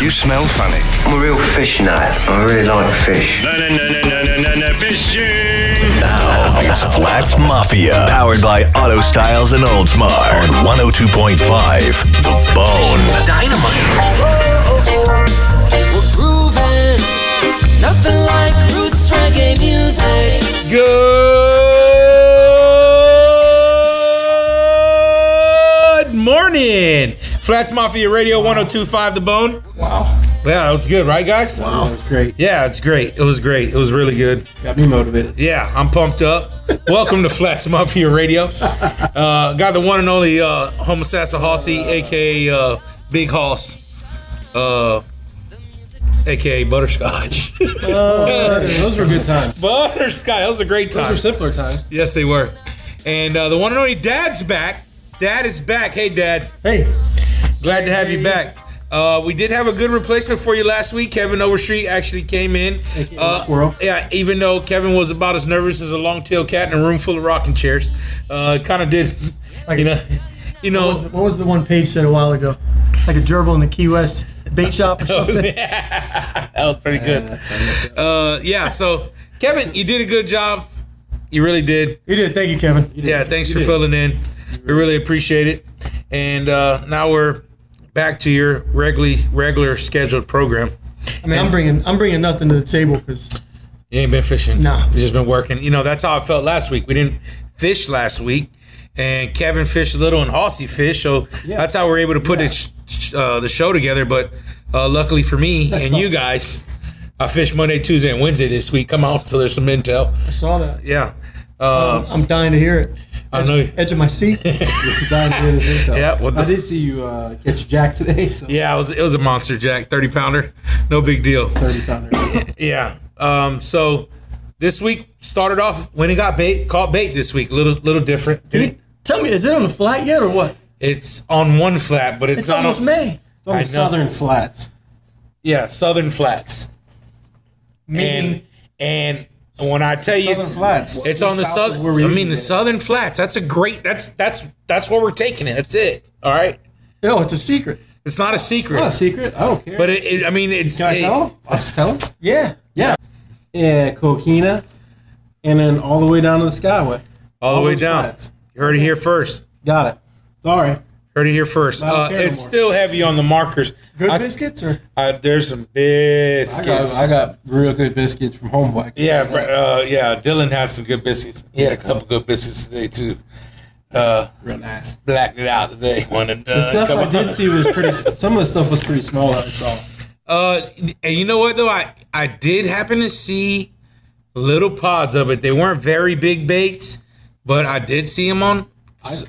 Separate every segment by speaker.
Speaker 1: You smell funny.
Speaker 2: I'm a real fish nut. I really like fish.
Speaker 3: No, no, no, no, no, no, no, fishing.
Speaker 1: Now it's Flats Mafia, powered by Auto Styles and Oldsmar on 102.5 The Bone.
Speaker 4: We're grooving, nothing like roots reggae music.
Speaker 5: Good morning, Flats Mafia Radio 1025 The Bone. Wow. Yeah, that was good, right, guys?
Speaker 6: That was Oh, great.
Speaker 5: Yeah, it's great. It was great. It was really good.
Speaker 6: Got me motivated.
Speaker 5: Yeah, I'm pumped up. Welcome to Flats Mafia Radio. Uh, got the one and only uh, Homo Sassa Hossy, aka uh, Big Hoss, uh, aka Butterscotch.
Speaker 6: Oh, Those were good times.
Speaker 5: Butterscotch, that was a great time.
Speaker 6: Those were simpler times.
Speaker 5: Yes, they were. And uh, the one and only dad's back. Dad is back. Hey, dad.
Speaker 6: Hey,
Speaker 5: Glad to have you back. Uh, we did have a good replacement for you last week. Kevin Overstreet actually came in.
Speaker 6: AKA
Speaker 5: Uh,
Speaker 6: Squirrel.
Speaker 5: Yeah, even though Kevin was about as nervous as a long-tailed cat in a room full of rocking chairs, uh, kind of did,
Speaker 7: Like-
Speaker 5: you know, you know.
Speaker 7: What was, the, what was the one Paige said a while ago? Like a gerbil in the Key West bait shop or
Speaker 5: Oh,
Speaker 7: something.
Speaker 5: that was pretty good. Uh, yeah. So Kevin, you did a good job. You really did.
Speaker 7: You did. Thank you, Kevin.
Speaker 5: Yeah, thanks for filling in. We really appreciate it. And uh, now we're back to your regularly regular scheduled program.
Speaker 7: I mean, I'm bringing I'm bringing nothing to the table because
Speaker 5: You ain't been fishing.
Speaker 7: Nah.
Speaker 5: you just been working. You know, that's how I felt last week. We didn't fish last week, and Kevin fished a little and Hossy fished. So that's how we're able to put it sh- sh- uh, the show together. But uh, luckily for me and you guys, I fished Monday, Tuesday, and Wednesday this week. Come on, so there's some intel.
Speaker 7: I saw that.
Speaker 5: Yeah. Uh,
Speaker 7: I'm dying to hear it.
Speaker 5: I know.
Speaker 7: Edge of my seat.
Speaker 6: you dying to hear this intel.
Speaker 5: Yeah, what the-
Speaker 6: I did see you uh, catch Jack today. So
Speaker 5: Yeah, it was it was a monster jack, thirty pounder, no big deal.
Speaker 6: thirty pounder.
Speaker 5: Yeah. Um. So this week started off when it got bait, caught bait this week. Little little different. Did it?
Speaker 7: Tell me, is it on the flat yet or what?
Speaker 5: It's on one flat, but it's,
Speaker 7: It's,
Speaker 5: not
Speaker 7: almost
Speaker 5: on.
Speaker 7: May.
Speaker 6: It's on
Speaker 5: know.
Speaker 6: the Southern Flats.
Speaker 5: Yeah, Southern Flats. And
Speaker 7: Meaning-
Speaker 5: and when I tell you
Speaker 6: Southern
Speaker 5: it's
Speaker 6: Flats.
Speaker 5: it's on the
Speaker 6: South of
Speaker 5: southern.
Speaker 6: where we
Speaker 5: I
Speaker 6: usually
Speaker 5: mean the
Speaker 6: get it.
Speaker 5: Southern Flats. That's a great. That's that's that's where we're taking it. That's it. All right.
Speaker 7: No, it's a secret.
Speaker 5: It's not a secret,
Speaker 6: Not a secret. I don't care.
Speaker 5: but it, it- I mean it's.
Speaker 6: can I
Speaker 5: it-
Speaker 6: tell him? I'll just tell him.
Speaker 7: Yeah.
Speaker 6: Yeah. Yeah, Coquina, and then all the way down to the Skyway.
Speaker 5: all the way
Speaker 6: those
Speaker 5: down.
Speaker 6: flats.
Speaker 5: You heard it here first.
Speaker 6: Got it. Sorry.
Speaker 5: Heard it here first.
Speaker 6: I don't
Speaker 5: Uh,
Speaker 6: care no
Speaker 5: it's
Speaker 6: more.
Speaker 5: still heavy on the markers.
Speaker 7: Good
Speaker 5: I s-
Speaker 7: biscuits or
Speaker 5: I- there's some
Speaker 6: I got,
Speaker 5: biscuits.
Speaker 6: I got real good biscuits from Homeboy.
Speaker 5: yeah, br- uh, yeah. Dylan had some good biscuits. He had a couple good biscuits today too. Uh,
Speaker 6: real nice.
Speaker 5: blacked it out today. One and done.
Speaker 6: The stuff
Speaker 5: Come
Speaker 6: I
Speaker 5: on.
Speaker 6: did see was pretty. Some of the stuff was pretty small. that I saw.
Speaker 5: Uh, and you know what though, I I did happen to see little pods of it. They weren't very big baits, but I did see them on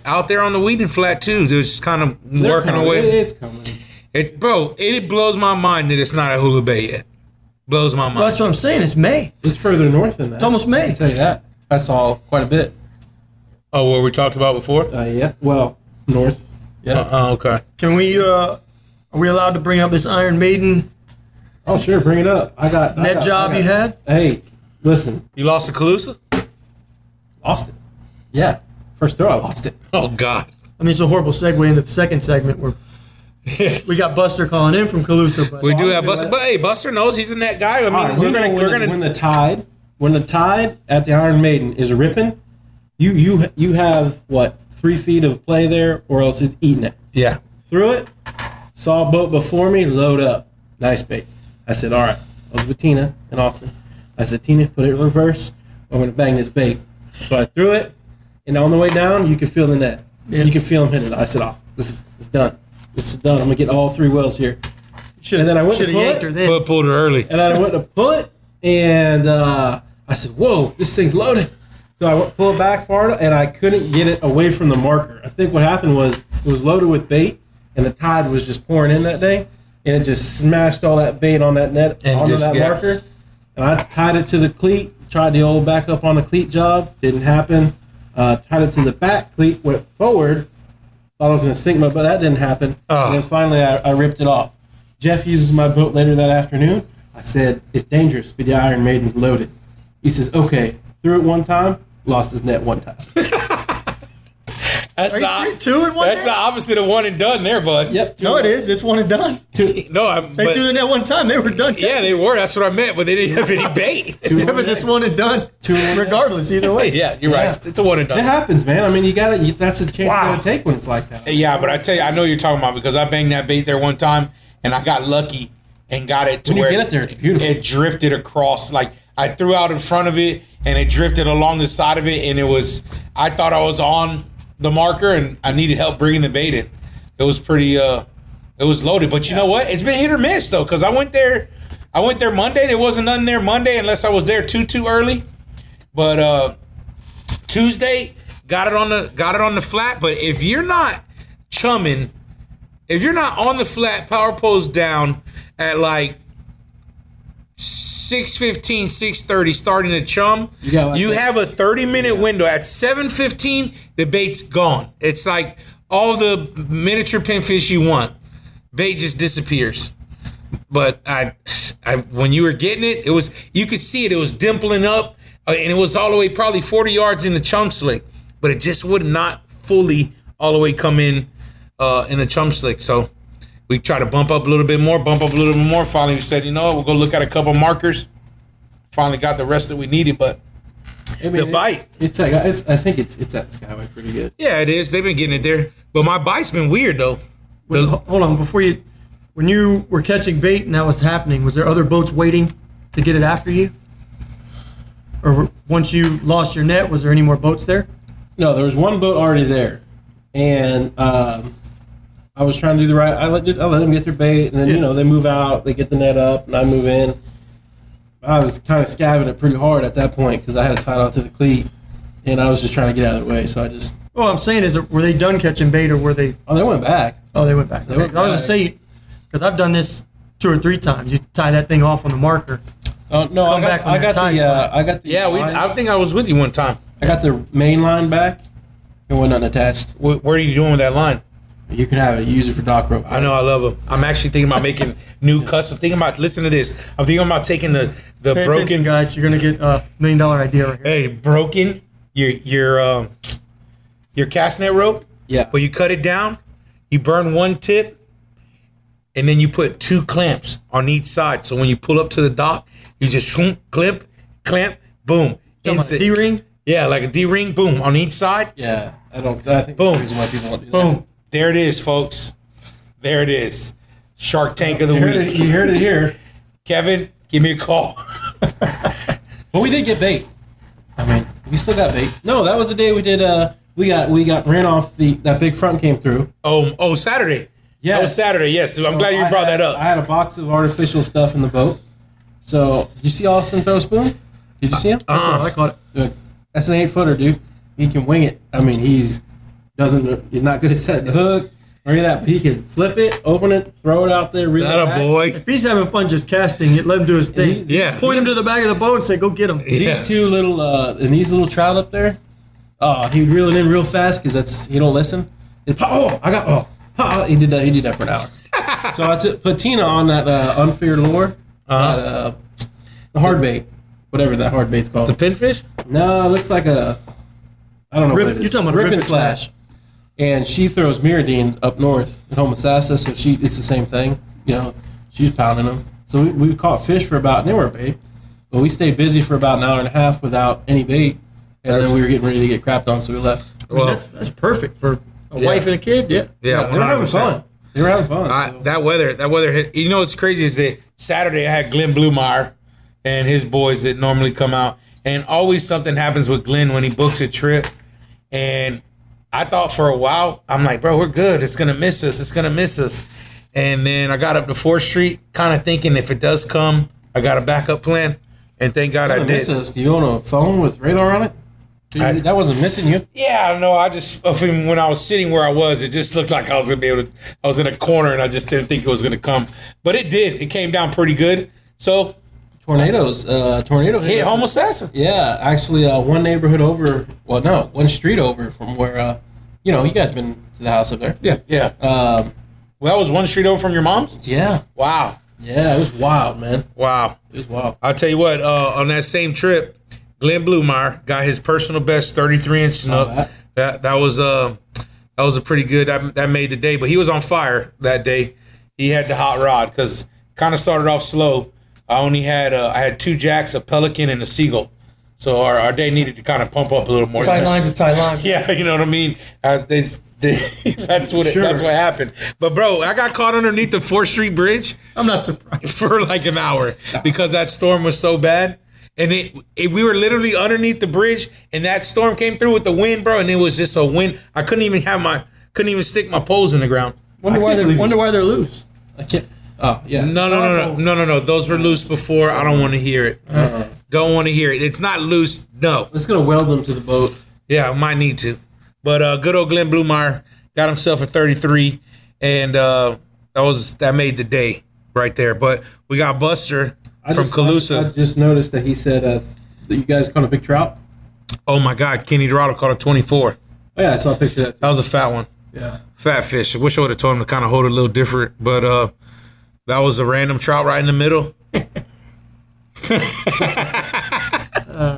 Speaker 5: out there on the Wheaton flat too. They're just kind of
Speaker 6: They're
Speaker 5: working
Speaker 6: coming.
Speaker 5: away.
Speaker 6: It- It's coming.
Speaker 5: It, bro, it, blows my mind that it's not a hula bay yet. Blows my
Speaker 7: well,
Speaker 5: mind.
Speaker 7: that's what I'm saying. It's May.
Speaker 6: It's further north than that.
Speaker 7: It's almost May.
Speaker 6: I tell you that. I saw quite a bit.
Speaker 5: Oh, what we talked about before?
Speaker 6: Uh, yeah. Well, north. Yeah.
Speaker 5: Oh, okay.
Speaker 7: Can we uh are we allowed to bring up this Iron Maiden
Speaker 6: oh, sure. Bring it up. I got I
Speaker 7: net
Speaker 6: got-
Speaker 7: job
Speaker 6: I
Speaker 7: you
Speaker 6: got-
Speaker 7: had?
Speaker 6: Hey, listen.
Speaker 5: You lost the Calusa?
Speaker 6: Lost it. Yeah. First throw, I lost it.
Speaker 5: Oh God.
Speaker 7: I mean it's a horrible segue into the second segment where we got Buster calling in from Calusa, but
Speaker 5: We do have
Speaker 6: Honestly,
Speaker 5: Buster,
Speaker 6: what-
Speaker 5: but hey, Buster knows he's in that guy. I mean,
Speaker 6: All right,
Speaker 5: we're
Speaker 6: you know
Speaker 5: gonna
Speaker 6: when
Speaker 5: we're
Speaker 6: the-
Speaker 5: gonna
Speaker 6: when the tide when the tide at the Iron Maiden is ripping, you you you have what three feet of play there, or else it's eating it.
Speaker 5: yeah.
Speaker 6: Threw it, saw a boat before me, load up, nice bait. I said, all right. I was with Tina in Austin. I said, Tina, put it in reverse. I'm gonna bang this bait. So I threw it, and on the way down, you could feel the net. You could feel him hitting it. I said, oh, this is it's done. This is done. I'm gonna get all three wells here. And then I went to
Speaker 7: should have
Speaker 6: pull it.
Speaker 7: yanked her then.
Speaker 5: Foot pulled her early.
Speaker 6: And I went to pull it, and uh, I said, "Whoa, this thing's loaded." So I went- pulled it back far, and I couldn't get it away from the marker. I think what happened was it was loaded with bait, and the tide was just pouring in that day, and it just smashed all that bait on that net
Speaker 5: And
Speaker 6: onto
Speaker 5: just
Speaker 6: that
Speaker 5: got-
Speaker 6: marker. And I tied it to the cleat, tried the old back up on the cleat job, didn't happen. Uh, tied it to the back cleat, went forward. Thought I was going to sink my boat, that didn't happen.
Speaker 5: Ah.
Speaker 6: And then finally, I, I ripped it off. Jeff uses my boat later that afternoon. I said, It's dangerous, but the Iron Maiden's loaded. He says, Okay. Threw it one time, lost his net one time.
Speaker 5: That's
Speaker 7: Are you
Speaker 5: the-
Speaker 7: serious? Two in one
Speaker 5: That's
Speaker 7: day?
Speaker 5: the opposite of one and done, there, bud.
Speaker 6: Yep.
Speaker 7: No, it is. It's one and done.
Speaker 6: Two,
Speaker 5: No, I,
Speaker 7: They
Speaker 5: but-
Speaker 7: threw the net one time. They were done.
Speaker 5: yeah, they were. That's what I meant, but they didn't have any bait.
Speaker 6: two
Speaker 7: yeah, but this one and done. Regardless, either way.
Speaker 5: yeah, you're right. It's a one and
Speaker 6: It
Speaker 5: done.
Speaker 6: happens, man. I mean, you gotta. You, that's a chance
Speaker 7: Wow.
Speaker 6: you gotta take when it's like that.
Speaker 5: Yeah, but I tell you, I know you're talking about because I banged that bait there one time and I got lucky and got it to
Speaker 6: When you
Speaker 5: where
Speaker 6: get it there, it's beautiful.
Speaker 5: It drifted across. Like I threw out in front of it and it drifted along the side of it, and it was. I thought I was on the marker and I needed help bringing the bait in. It was pretty. uh It was loaded, but you know what? It's been hit or miss though, because I went there. I went there Monday. There wasn't nothing there Monday unless I was there too too early. But uh Tuesday got it on the got it on the flat. But if you're not chumming, if you're not on the flat, power pose down at like 615 630 starting to chum you,
Speaker 6: got like that.
Speaker 5: have a 30 minute window at 715 the bait's gone it's like all the miniature pinfish you want bait just disappears but I, I when you were getting it it was you could see it it was dimpling up uh, and it was all the way probably 40 yards in the chum slick but it just would not fully all the way come in uh, in the chum slick so we try to bump up a little bit more, bump up a little bit more. Finally, we said, you know what, we'll go look at a couple markers. Finally, got the rest that we needed, but
Speaker 6: I mean, it-
Speaker 5: bite.
Speaker 6: It's like it's, I think it's it's at Skyway pretty good.
Speaker 5: yeah, it is. They've been getting it there, but my bite's been weird though.
Speaker 7: Wait, ho- hold on, before you, when you were catching bait and that was happening, was there other boats waiting to get it after you? Or were- once you lost your net, was there any more boats there?
Speaker 6: No, there was one boat already there, and um, I was trying to do the right. I let I let them get their bait, and then you know they move out, they get the net up, and I move in. I was kind of scabbing it pretty hard at that point because I had it tied out to the cleat, and I was just trying to get out of the way. So I just
Speaker 7: Well, I'm saying is, that were they done catching bait or were they?
Speaker 6: oh, they went back.
Speaker 7: Oh, they went back.
Speaker 6: They went
Speaker 7: I was just
Speaker 6: back.
Speaker 7: saying, because I've done this two or three times. You tie that thing off on the marker.
Speaker 6: Oh no, I
Speaker 7: Come
Speaker 6: got
Speaker 7: back when
Speaker 6: I
Speaker 7: the
Speaker 6: got
Speaker 7: time's
Speaker 6: the uh,
Speaker 7: up.
Speaker 6: I got the
Speaker 5: Yeah, we,
Speaker 6: line-
Speaker 5: I think I was with you one time.
Speaker 6: I got the main line back. It went unattached.
Speaker 5: What, what are you doing with that line?
Speaker 6: You can have it. You use it for dock rope.
Speaker 5: I know I love them. I'm actually thinking about making new custom. Thinking about listen to this. I'm thinking about taking the the
Speaker 7: Pay attention,
Speaker 5: broken
Speaker 7: guys. You're gonna get a million dollar idea right here.
Speaker 5: hey broken your your um your cast net rope.
Speaker 6: Yeah.
Speaker 5: Well, you cut it down, you burn one tip, and then you put two clamps on each side. So when you pull up to the dock, you just shoom, clamp, clamp, boom.
Speaker 7: Come on,
Speaker 5: Instant.
Speaker 7: D-ring.
Speaker 5: Yeah, like a D ring, boom, on each side.
Speaker 6: Yeah, I don't. I think
Speaker 5: Boom.
Speaker 6: the reason why people don't do that.
Speaker 5: Boom. There it is, folks. There it is. Shark Tank of the
Speaker 6: You heard it.
Speaker 5: Week.
Speaker 6: You heard it here.
Speaker 5: Kevin, give me a call.
Speaker 6: But we did get bait. I mean, we still got bait. No, that was the day we did. Uh, we got we got ran off the that big front came through.
Speaker 5: Oh, oh, Saturday.
Speaker 6: Yeah,
Speaker 5: That was Saturday, yes. I'm glad you brought that up.
Speaker 6: I had a box of artificial stuff in the boat. So did you see Austin throw a spoon? Did you see him?
Speaker 7: So
Speaker 5: Uh-huh.
Speaker 7: I caught it.
Speaker 6: Look, that's an eight footer, dude. He can wing it. I mean, he's doesn't he's not good at setting the hook or any of that, but he can flip it, open it, throw it out there. Reel it
Speaker 5: That a
Speaker 6: back.
Speaker 5: boy.
Speaker 7: If he's having fun just casting it, let him do his thing.
Speaker 5: Yeah.
Speaker 7: Point him to the back of the boat and say, go get him.
Speaker 5: Yeah.
Speaker 6: These two little uh, and these little trout up there. Oh, he reel it in real fast because that's he don't listen. And pop, oh, I got oh, pop, he did that. He did that for an hour. so I took patina on that uh, unfair lure, that, uh, the hard bait, whatever that hard bait's called.
Speaker 5: pinfish?
Speaker 6: no, it looks like a I don't know.
Speaker 7: Rip-
Speaker 6: what it is.
Speaker 7: you're talking about rip and slash.
Speaker 6: And she throws mirrodines up north in Homosassa, so she it's the same thing. You know, she's pounding them. So we, we caught fish for about and they weren't bait, but we stayed busy for about an hour and a half without any bait, and then we were getting ready to get crapped on, so we left.
Speaker 5: Well,
Speaker 7: that's, that's perfect for a wife and a kid. Yeah.
Speaker 5: yeah,
Speaker 6: they were having
Speaker 5: 100%.
Speaker 6: fun. They were having fun.
Speaker 5: I,
Speaker 6: so.
Speaker 5: that weather, that weather hit. You know what's crazy is that Saturday I had Glenn Blumeyer and his boys that normally come out, and always something happens with Glenn when he books a trip. And I thought for a while, I'm like, bro, we're good. It's gonna miss us. It's gonna miss us. And then I got up to Fourth Street, kind of thinking if it does come, I got a backup plan. And thank God I
Speaker 6: That
Speaker 5: did.
Speaker 6: misses. Do you own a phone with radar on it? Dude,
Speaker 5: I-
Speaker 6: that wasn't missing you.
Speaker 5: Yeah, I don't know. I just I mean, when I was sitting where I was, it just looked like I was gonna be able to. I was in a corner, and I just didn't think it was gonna come, but it did. It came down pretty good. So
Speaker 6: Tornadoes. Uh, tornado
Speaker 5: hit
Speaker 6: us.
Speaker 5: almost assassin.
Speaker 6: Yeah, actually, uh, one neighborhood over. Well, no, one street over from where. Uh, you know, you guys been to the house up there.
Speaker 5: Yeah, yeah.
Speaker 6: Um,
Speaker 5: well, that was one street over from your mom's.
Speaker 6: yeah.
Speaker 5: Wow,
Speaker 6: Yeah, it was wild, man.
Speaker 5: wow.
Speaker 6: It was wild.
Speaker 5: I'll tell you what. Uh, on that same trip, Glenn Blumeyer got his personal best, thirty-three inch snook.
Speaker 6: that.
Speaker 5: That that was uh that was a pretty good that, that made the day. But he was on fire that day. He had the hot rod because kind of started off slow. I only had uh, I had two jacks, a pelican, and a seagull. So our, our day needed to kind of pump up a little more.
Speaker 7: Tight lines are tight lines.
Speaker 5: Yeah, you know what I mean. Uh, they, they, that's what it,
Speaker 7: Sure.
Speaker 5: that's what happened. But bro, I got caught underneath the Fourth Street Bridge
Speaker 7: I'm not surprised.
Speaker 5: for like an hour because that storm was so bad. And it, it, we were literally underneath the bridge, and that storm came through with the wind, bro. And it was just a wind. I couldn't even have my, couldn't even stick my poles in the ground.
Speaker 7: Wonder
Speaker 6: I
Speaker 7: why
Speaker 6: can't
Speaker 7: they're
Speaker 6: believe
Speaker 7: wonder
Speaker 6: it's-
Speaker 7: why they're loose.
Speaker 6: I can't. Oh yeah.
Speaker 5: No, no, no, no, no, no, no. Those were loose before. I don't want to hear it.
Speaker 7: Uh-huh.
Speaker 5: Don't want to hear it. It's not loose. No.
Speaker 6: It's gonna weld them to the boat.
Speaker 5: Yeah, I might need to. But uh, good old Glenn Blumeyer got himself a 33, and uh, that was that made the day right there. But we got Buster
Speaker 6: I
Speaker 5: from
Speaker 6: just,
Speaker 5: Calusa.
Speaker 6: I, I just noticed that he said uh, that you guys caught a big trout.
Speaker 5: oh my God, Kenny Dorado caught a 24.
Speaker 6: Oh, yeah, I saw a picture of that.
Speaker 5: That was a fat one,
Speaker 6: Too. Yeah.
Speaker 5: fat fish. I wish I would have told him to kind of hold it a little different, but uh, that was a random trout right in the middle. yeah,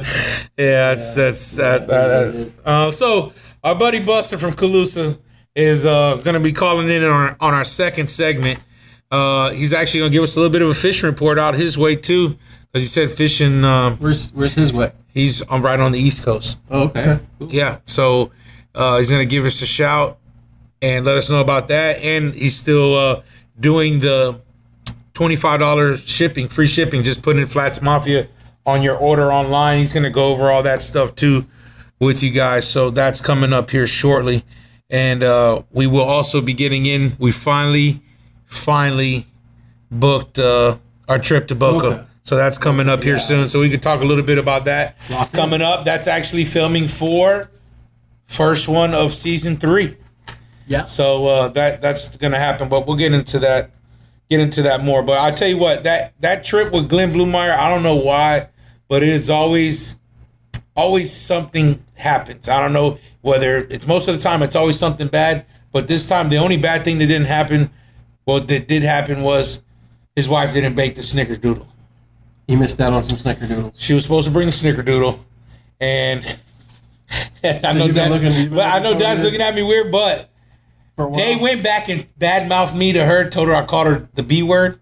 Speaker 5: that's that's that's. that- that- uh, so our buddy Buster from Calusa is uh, going to be calling in on our, on our second segment. Uh, he's actually going to give us a little bit of a fishing report out his way too, because he said fishing. Um,
Speaker 6: Where's Where's his way?
Speaker 5: he's on right on the East Coast.
Speaker 6: Oh, okay. Cool.
Speaker 5: Yeah. So uh, he's gonna give us a shout and let us know about that. And he's still uh, doing the twenty-five dollar shipping, free shipping. Just putting in Flats Mafia on your order online. He's gonna go over all that stuff too with you guys. So that's coming up here shortly. And uh, we will also be getting in. We finally, finally booked uh, our trip to Boca.
Speaker 6: Boca.
Speaker 5: So that's coming up here soon. So we could talk a little bit about that. Coming up, that's actually filming for first one of season three.
Speaker 6: Yeah.
Speaker 5: So uh, that that's gonna happen, but we'll get into that get into that more. But I'll tell you what, that that trip with Glenn Blumeyer, I don't know why, but it is always always something happens. I don't know whether it's most of the time it's always something bad, but this time the only bad thing that didn't happen, well that did happen was his wife didn't bake the snickerdoodle.
Speaker 6: He missed out on some snickerdoodles.
Speaker 5: She was supposed to bring the snickerdoodle, and I know
Speaker 6: you've been
Speaker 5: dad's,
Speaker 6: looking- you've been
Speaker 5: well, I
Speaker 6: looking
Speaker 5: know
Speaker 6: forward to
Speaker 5: dad's
Speaker 6: this?
Speaker 5: looking at me weird, but
Speaker 6: For a while.
Speaker 5: they went back and badmouthed me to her, told her I called her the B word.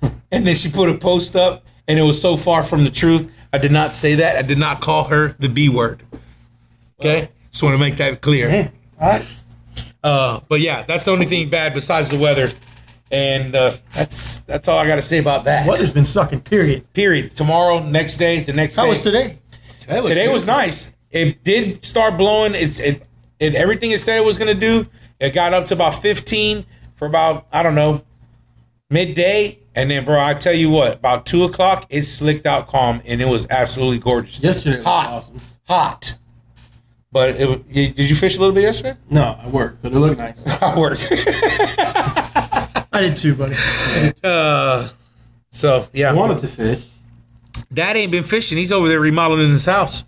Speaker 5: And then she put a post up, and it was so far from the truth. I did not say that. I did not call her the B word. Okay? Just want to make that clear. Uh, but yeah, that's the only thing bad besides the weather. And uh, that's that's all I got to say about that.
Speaker 7: Weather's been sucking. Period.
Speaker 5: Period. Tomorrow, next day, the next
Speaker 7: How
Speaker 5: day.
Speaker 7: was today?
Speaker 5: Today was nice. It did start blowing. It's it, it everything it said it was gonna do. It got up to about fifteen for about I don't know midday, and then bro, I tell you what, about two o'clock it slicked out calm, and it was absolutely gorgeous.
Speaker 6: Yesterday was
Speaker 5: hot,
Speaker 6: awesome.
Speaker 5: hot. But it, wa- you- did you fish a little bit yesterday?
Speaker 6: No, I worked, but it looked nice.
Speaker 5: I worked.
Speaker 7: I did too, buddy.
Speaker 5: Uh, so
Speaker 6: I
Speaker 5: yeah,
Speaker 6: wanted to fish.
Speaker 5: Dad ain't been fishing. He's over there remodeling his house,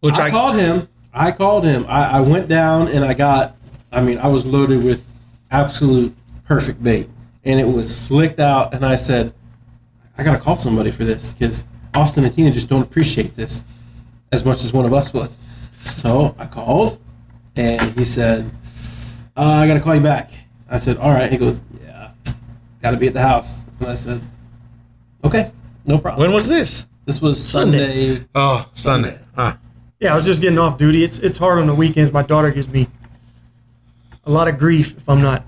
Speaker 5: which
Speaker 6: I,
Speaker 5: I,
Speaker 6: called him. I called him. I, I went down and I got. I mean, I was loaded with absolute perfect bait, and it was slicked out. And I said, I gotta call somebody for this because Austin and Tina just don't appreciate this as much as one of us would. So I called, and he said, uh, I gotta call you back. I said, all right. He goes, yeah, gotta be at the house. And I said, okay, no problem.
Speaker 5: when was this?
Speaker 6: This was
Speaker 7: Sunday.
Speaker 6: Sunday.
Speaker 5: Oh, Sunday. Huh.
Speaker 7: Yeah, I was just getting off duty. It's it's hard on the weekends. My daughter gives me a lot of grief if I'm not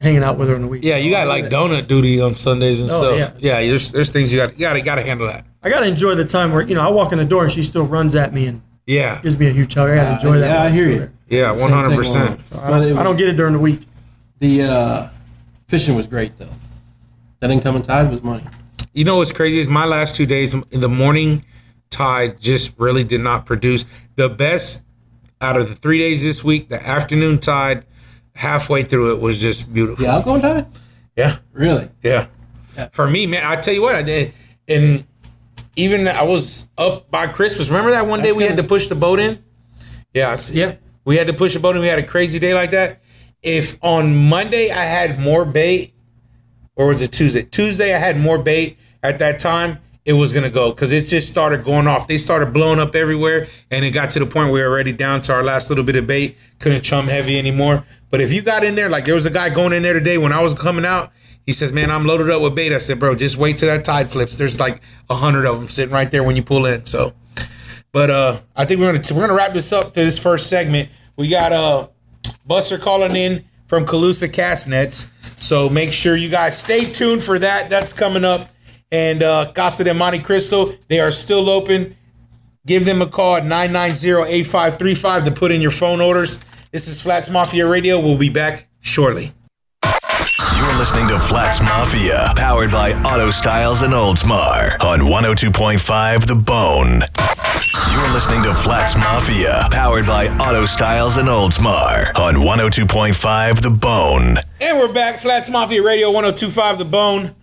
Speaker 7: hanging out with her on the weekend.
Speaker 5: Yeah, you got like donut duty on Sundays and
Speaker 7: Oh,
Speaker 5: stuff. Yeah. there's there's things you got you gotta gotta handle that.
Speaker 7: I gotta enjoy the time where you know I walk in the door and she still runs at me and
Speaker 5: Yeah,
Speaker 7: gives me a huge hug. I gotta enjoy that.
Speaker 6: yeah,
Speaker 7: while
Speaker 6: I
Speaker 7: I'm
Speaker 6: hear
Speaker 7: still
Speaker 6: you.
Speaker 7: there.
Speaker 5: Uh, yeah, one hundred percent.
Speaker 7: I don't get it during the week.
Speaker 6: The uh, fishing was great though. That incoming tide was money.
Speaker 5: You know what's crazy is my last two days in the morning tide just really did not produce the best out of the three days this week. The afternoon tide, halfway through it was just beautiful.
Speaker 6: The outgoing tide?
Speaker 5: yeah.
Speaker 6: Really?
Speaker 5: Yeah. For me, man, I tell you what, I did. And even I was up by Christmas. Remember that one day
Speaker 6: That's
Speaker 5: we had
Speaker 6: gonna-
Speaker 5: to push the boat in? Yeah. I see.
Speaker 7: Yeah.
Speaker 5: We had to push the boat in. We had a crazy day like that. If on Monday I had more bait, or was it Tuesday? Tuesday I had more bait at that time. it was gonna go because it just started going off. They started blowing up everywhere, and it got to the point where we were already down to our last little bit of bait. Couldn't chum heavy anymore. But if you got in there, like there was a guy going in there today when I was coming out. He says, "Man, I'm loaded up with bait." I said, "Bro, just wait till that tide flips. There's like a hundred of them sitting right there when you pull in." So, but uh, I think we're gonna we're gonna wrap this up to this first segment. We got uh, Buster calling in from Calusa Castnets, so make sure you guys stay tuned for that. That's coming up. And uh, Casa de Monte Cristo, they are still open. Give them a call at 990-8535 to put in your phone orders. This is Flats Mafia Radio. We'll be back shortly.
Speaker 1: You're listening to Flats Mafia, powered by Auto Styles and Oldsmar on 102.5 The Bone. You're listening to Flats Mafia, powered by Auto Styles and Oldsmar on 102.5 The Bone.
Speaker 5: And we're back, Flats Mafia Radio 1025 The Bone.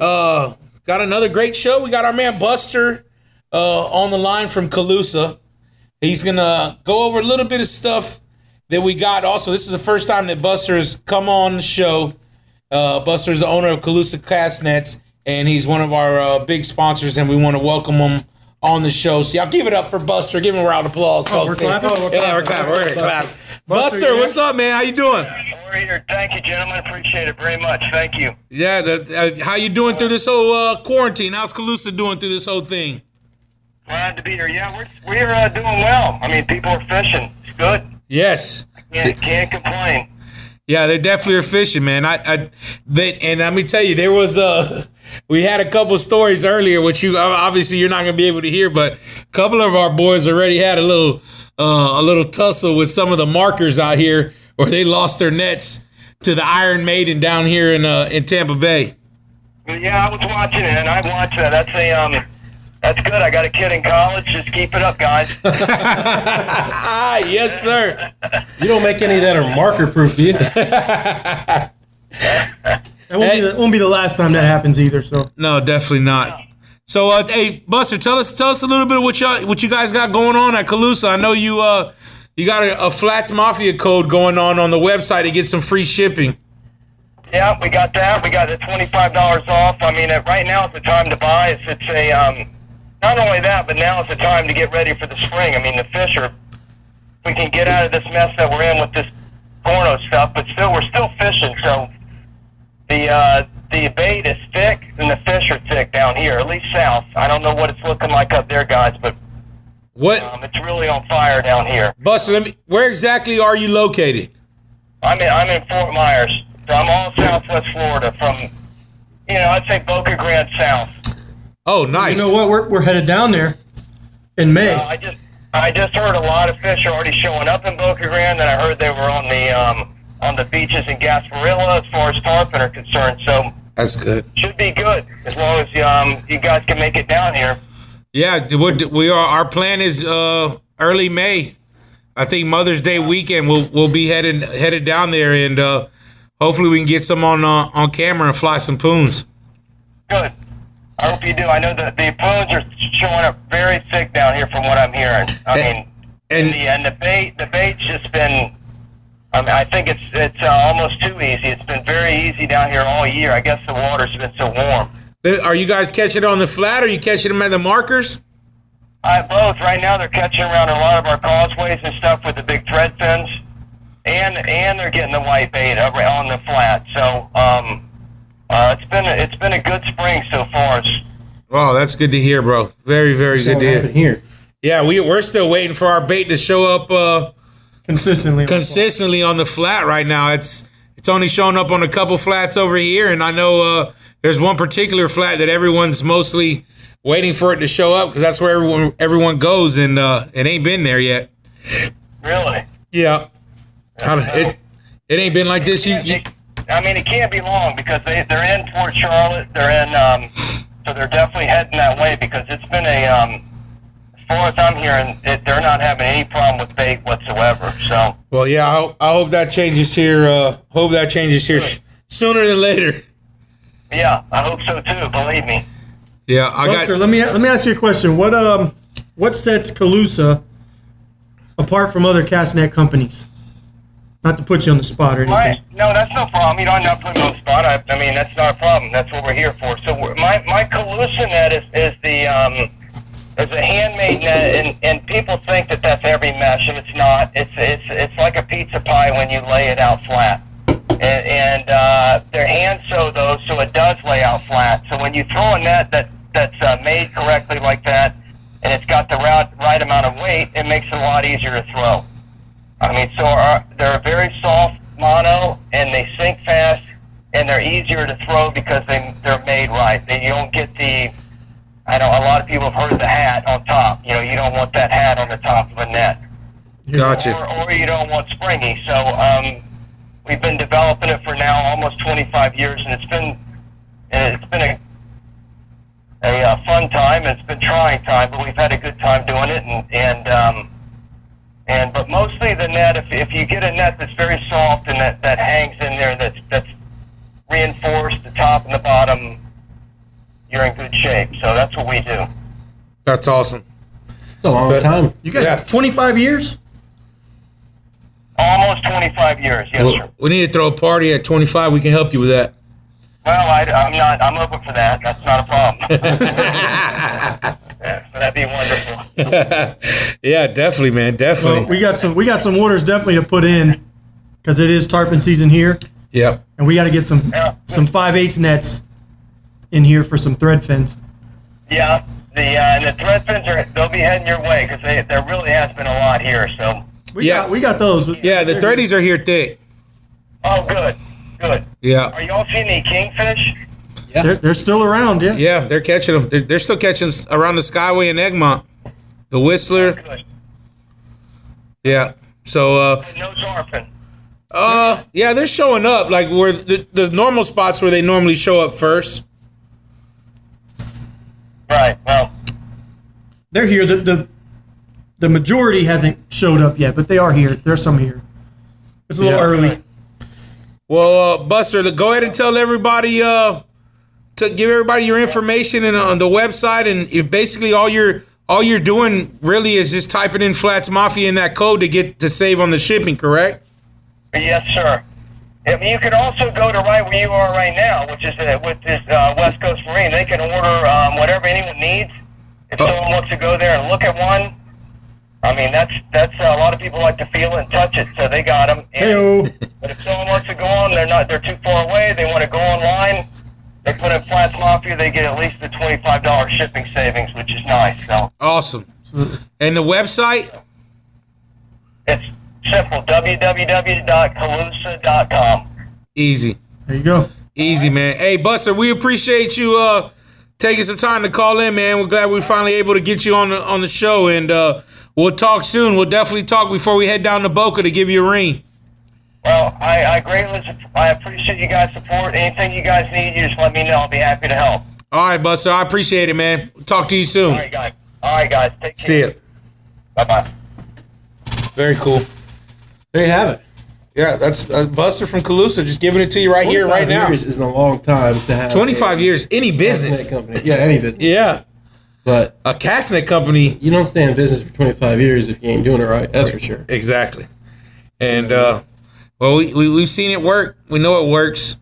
Speaker 5: Uh, got another great show. We got our man Buster uh, on the line from Calusa. He's going to go over a little bit of stuff that we got. Also, this is the first time that Buster's come on the show. Uh, Buster's the owner of Calusa Castnets, and he's one of our uh, big sponsors, and we want to welcome him on the show. So y'all give it up for Buster. Give him a round of applause,
Speaker 7: Oh,
Speaker 5: folks.
Speaker 7: we're clapping? Oh, we're
Speaker 5: yeah, we're clapping.
Speaker 7: clapping. What's
Speaker 5: We're
Speaker 7: up,
Speaker 5: clapping.
Speaker 7: Buster?
Speaker 5: Buster,
Speaker 7: Buster, yeah?
Speaker 5: what's up, man? How you doing?
Speaker 8: We're here. Thank you, gentlemen. Appreciate it very much. Thank you.
Speaker 5: Yeah, the, uh, how you doing through this whole uh, quarantine? How's Calusa doing through this whole thing?
Speaker 8: Glad to be here. Yeah, we're we're uh, doing well. I mean, people are fishing. It's good.
Speaker 5: Yes.
Speaker 8: Can't, can't complain.
Speaker 5: Yeah, they definitely are fishing, man. I, I, they, and let me tell you, there was uh we had a couple stories earlier, which you obviously you're not gonna be able to hear, but a couple of our boys already had a little, uh, a little tussle with some of the markers out here, where they lost their nets to the Iron Maiden down here in uh in Tampa Bay.
Speaker 8: But yeah, I was watching it, and I watched that. That's a um, that's good. I got a kid in college. Just keep it up, guys.
Speaker 5: Ah, yes, sir.
Speaker 6: You don't make any that are marker proof, do you?
Speaker 7: That won't,
Speaker 5: Hey.
Speaker 7: be the, won't be the last time that happens either. So
Speaker 5: No, definitely not. So, uh, hey, Buster, tell us tell us a little bit of what y'all what you guys got going on at Calusa. I know you uh you got a, a Flats Mafia code going on on the website to get some free shipping.
Speaker 8: Yeah, we got that. We got the twenty-five dollars off. I mean, uh, right now is the time to buy. It's, it's a um, not only that, but now is the time to get ready for the spring. I mean, the fish are. We can get out of this mess that we're in with this porno stuff, but still, we're still fishing. So the uh, the bait is thick, and the fish are thick down here, at least south. I don't know what it's looking like up there, guys, but
Speaker 5: What,
Speaker 8: um, it's really on fire down here.
Speaker 5: Buster? Let me, where exactly are you located?
Speaker 8: I'm in, I'm in Fort Myers. So I'm all Southwest Florida from, you know, I'd say Boca Grande South.
Speaker 5: Oh, nice.
Speaker 7: you know what? We're, we're headed down there in May.
Speaker 8: Uh, I just I just heard a lot of fish are already showing up in Boca Grande, and I heard they were on the um, on the beaches in Gasparilla as far as tarpon are concerned. So
Speaker 5: That's good.
Speaker 8: should be good as long as um, you guys can make it down here.
Speaker 5: Yeah, what we are. Our plan is uh early May. I think Mother's Day weekend we'll we'll be headed headed down there, and uh hopefully we can get some on uh, on camera and fly some poons.
Speaker 8: Good. I hope you do. I know that the prunes are showing up very thick down here from what I'm hearing. I mean,
Speaker 5: and-
Speaker 8: and the and the bait the bait's just been. I mean, I think it's it's uh, almost too easy. It's been very easy down here all year. I guess the water's been so warm.
Speaker 5: Uh, Are you guys catching it on the flat? Or are you catching them at the markers?
Speaker 8: I both. Right now, they're catching around a lot of our causeways and stuff with the big thread fins, and and they're getting the white bait up on the flat. So um, uh, it's been a, it's been a good spring so far. It's,
Speaker 5: Oh, that's good to hear, bro. Very, very
Speaker 6: That's
Speaker 5: good
Speaker 6: what
Speaker 5: to
Speaker 6: happened
Speaker 5: hear.
Speaker 6: here.
Speaker 5: Yeah, we we're still waiting for our bait to show up uh,
Speaker 7: consistently.
Speaker 5: consistently on the flat right now. It's it's only showing up on a couple flats over here, and I know uh, there's one particular flat that everyone's mostly waiting for it to show up because that's where everyone everyone goes, and uh, it ain't been there yet.
Speaker 8: really.
Speaker 5: Yeah, I don't- it it ain't been like this. You, you
Speaker 8: It- I mean, it can't be long because they they're in Fort Charlotte. They're in um, so they're definitely heading that way because it's been a um, as far as I'm hearing, it, they're not having any problem with bait whatsoever. So
Speaker 5: well, yeah. I, hope- I hope that changes here. Uh, hope that changes here sh- sooner than later.
Speaker 8: yeah, I hope so too. Believe me.
Speaker 5: Yeah, I got.
Speaker 7: Buster, let me let me ask you a question. What um what sets Calusa apart from other castnet companies? Not to put you on the spot or
Speaker 8: Right.
Speaker 7: anything.
Speaker 8: No, that's no problem. You know, I'm not putting you on the spot. I, I mean, that's not a problem. That's what we're here for. So we're, my my collusion net is, is is a handmade net, and, and people think that that's every mesh, and it's not. It's it's it's like a pizza pie when you lay it out flat, and, and uh, they're hand sew those so it does lay out flat. So when you throw a net that that's uh, made correctly like that, and it's got the right right amount of weight, it makes it a lot easier to throw. I mean, so our, they're very soft mono, and they sink fast, and they're easier to throw because they they're made right. They, you don't get the I know a lot of people have heard the hat on top. You know, you don't want that hat on the top of a net.
Speaker 5: Gotcha.
Speaker 8: Or, or you don't want springy. So um, we've been developing it for now almost 25 years, and it's been and it's been a a uh, fun time. It's been trying time, but we've had a good time doing it. And and um, and but mostly the net. If, if you get a net that's very soft and that, that hangs in there, that's that's reinforced the top and the bottom, you're in good shape. So that's what we do.
Speaker 5: That's awesome.
Speaker 6: It's a long
Speaker 5: But-
Speaker 6: time.
Speaker 7: You guys,
Speaker 5: Yeah.
Speaker 7: 25 years?
Speaker 8: Almost 25 years, yes, sir.
Speaker 5: Well, we need to throw a party at 25. We can help you with that.
Speaker 8: Well, I, I'm not. I'm open for that. That's not a problem. yeah, so that'd be wonderful.
Speaker 5: Yeah, definitely, man. Definitely.
Speaker 7: Well, we got some. We got some orders definitely to put in because it is tarpon season here,
Speaker 5: yep.
Speaker 7: and we got to get some
Speaker 8: Yeah.
Speaker 7: some five eighths nets in here for some thread fins.
Speaker 8: Yeah, the uh, and the thread fins are. They'll be heading your way because there really has been a lot here. So.
Speaker 7: We
Speaker 5: Yeah.
Speaker 7: got we got those.
Speaker 5: Yeah, the 30s are here thick.
Speaker 8: Oh, good, good. Are
Speaker 5: Yeah.
Speaker 8: y'all seeing any kingfish?
Speaker 7: They're, they're still around. Yeah.
Speaker 5: Yeah, they're catching them. They're, they're still catching s- around the Skyway and Egmont. The Whistler.
Speaker 8: Good.
Speaker 5: Yeah. So, uh,
Speaker 8: No zarfing.
Speaker 5: uh, yeah, they're showing up like where the, the normal spots where they normally show up first.
Speaker 8: Right. Well,
Speaker 7: They're here. The, the the majority hasn't showed up yet, but they are here. There's some here. It's a little
Speaker 5: Yeah.
Speaker 7: early.
Speaker 5: Well, uh, Buster, look, go ahead and tell everybody uh, to give everybody your information and on the website, and if basically all you're all you're doing really is just typing in Flats Mafia in that code to get to save on the shipping, correct?
Speaker 8: yes, sir. If you could also go to right where you are right now, which is uh, with this uh, West Coast Marine. They can order um, whatever anyone needs. If someone wants to go there and look at one, I mean that's that's uh, a lot of people like to feel it and touch it, so they got them.
Speaker 7: Heyo.
Speaker 8: But if someone wants to go on, they're not. They're too far away. They want to go online. They put in Flats Mafia. They get at least the twenty-five dollars shipping savings, which is nice. So
Speaker 5: Awesome. And the website,
Speaker 8: it's simple. www.calusa.com.
Speaker 5: easy,
Speaker 7: There you go.
Speaker 5: easy, man. Hey, Buster, we appreciate you uh, taking some time to call in, man. We're glad we are finally able to get you on the on the show, and uh, we'll talk soon. We'll definitely talk before we head down to Boca to give you a ring.
Speaker 8: Well, I, I greatly sup- I appreciate you guys' support. Anything you guys need, you just let me know. I'll be happy to help.
Speaker 5: All right, Buster, I appreciate it, man. Talk to you soon.
Speaker 8: All right, guys. All right, guys. Take care.
Speaker 5: See ya.
Speaker 8: Bye bye.
Speaker 5: Very cool.
Speaker 6: There you have it.
Speaker 5: Yeah, that's uh, Buster from Calusa just giving it to you right here, right
Speaker 6: 25
Speaker 5: now.
Speaker 6: Years is a long time to have.
Speaker 5: Twenty-five years, any
Speaker 6: Business.
Speaker 5: business.
Speaker 6: Company. Yeah, any business.
Speaker 5: Yeah,
Speaker 6: But
Speaker 5: a castnet company.
Speaker 6: you don't stay in business for 25 years if you ain't doing it right. That's for sure.
Speaker 5: Exactly. And uh, well, we, we we've seen it work. We know it works.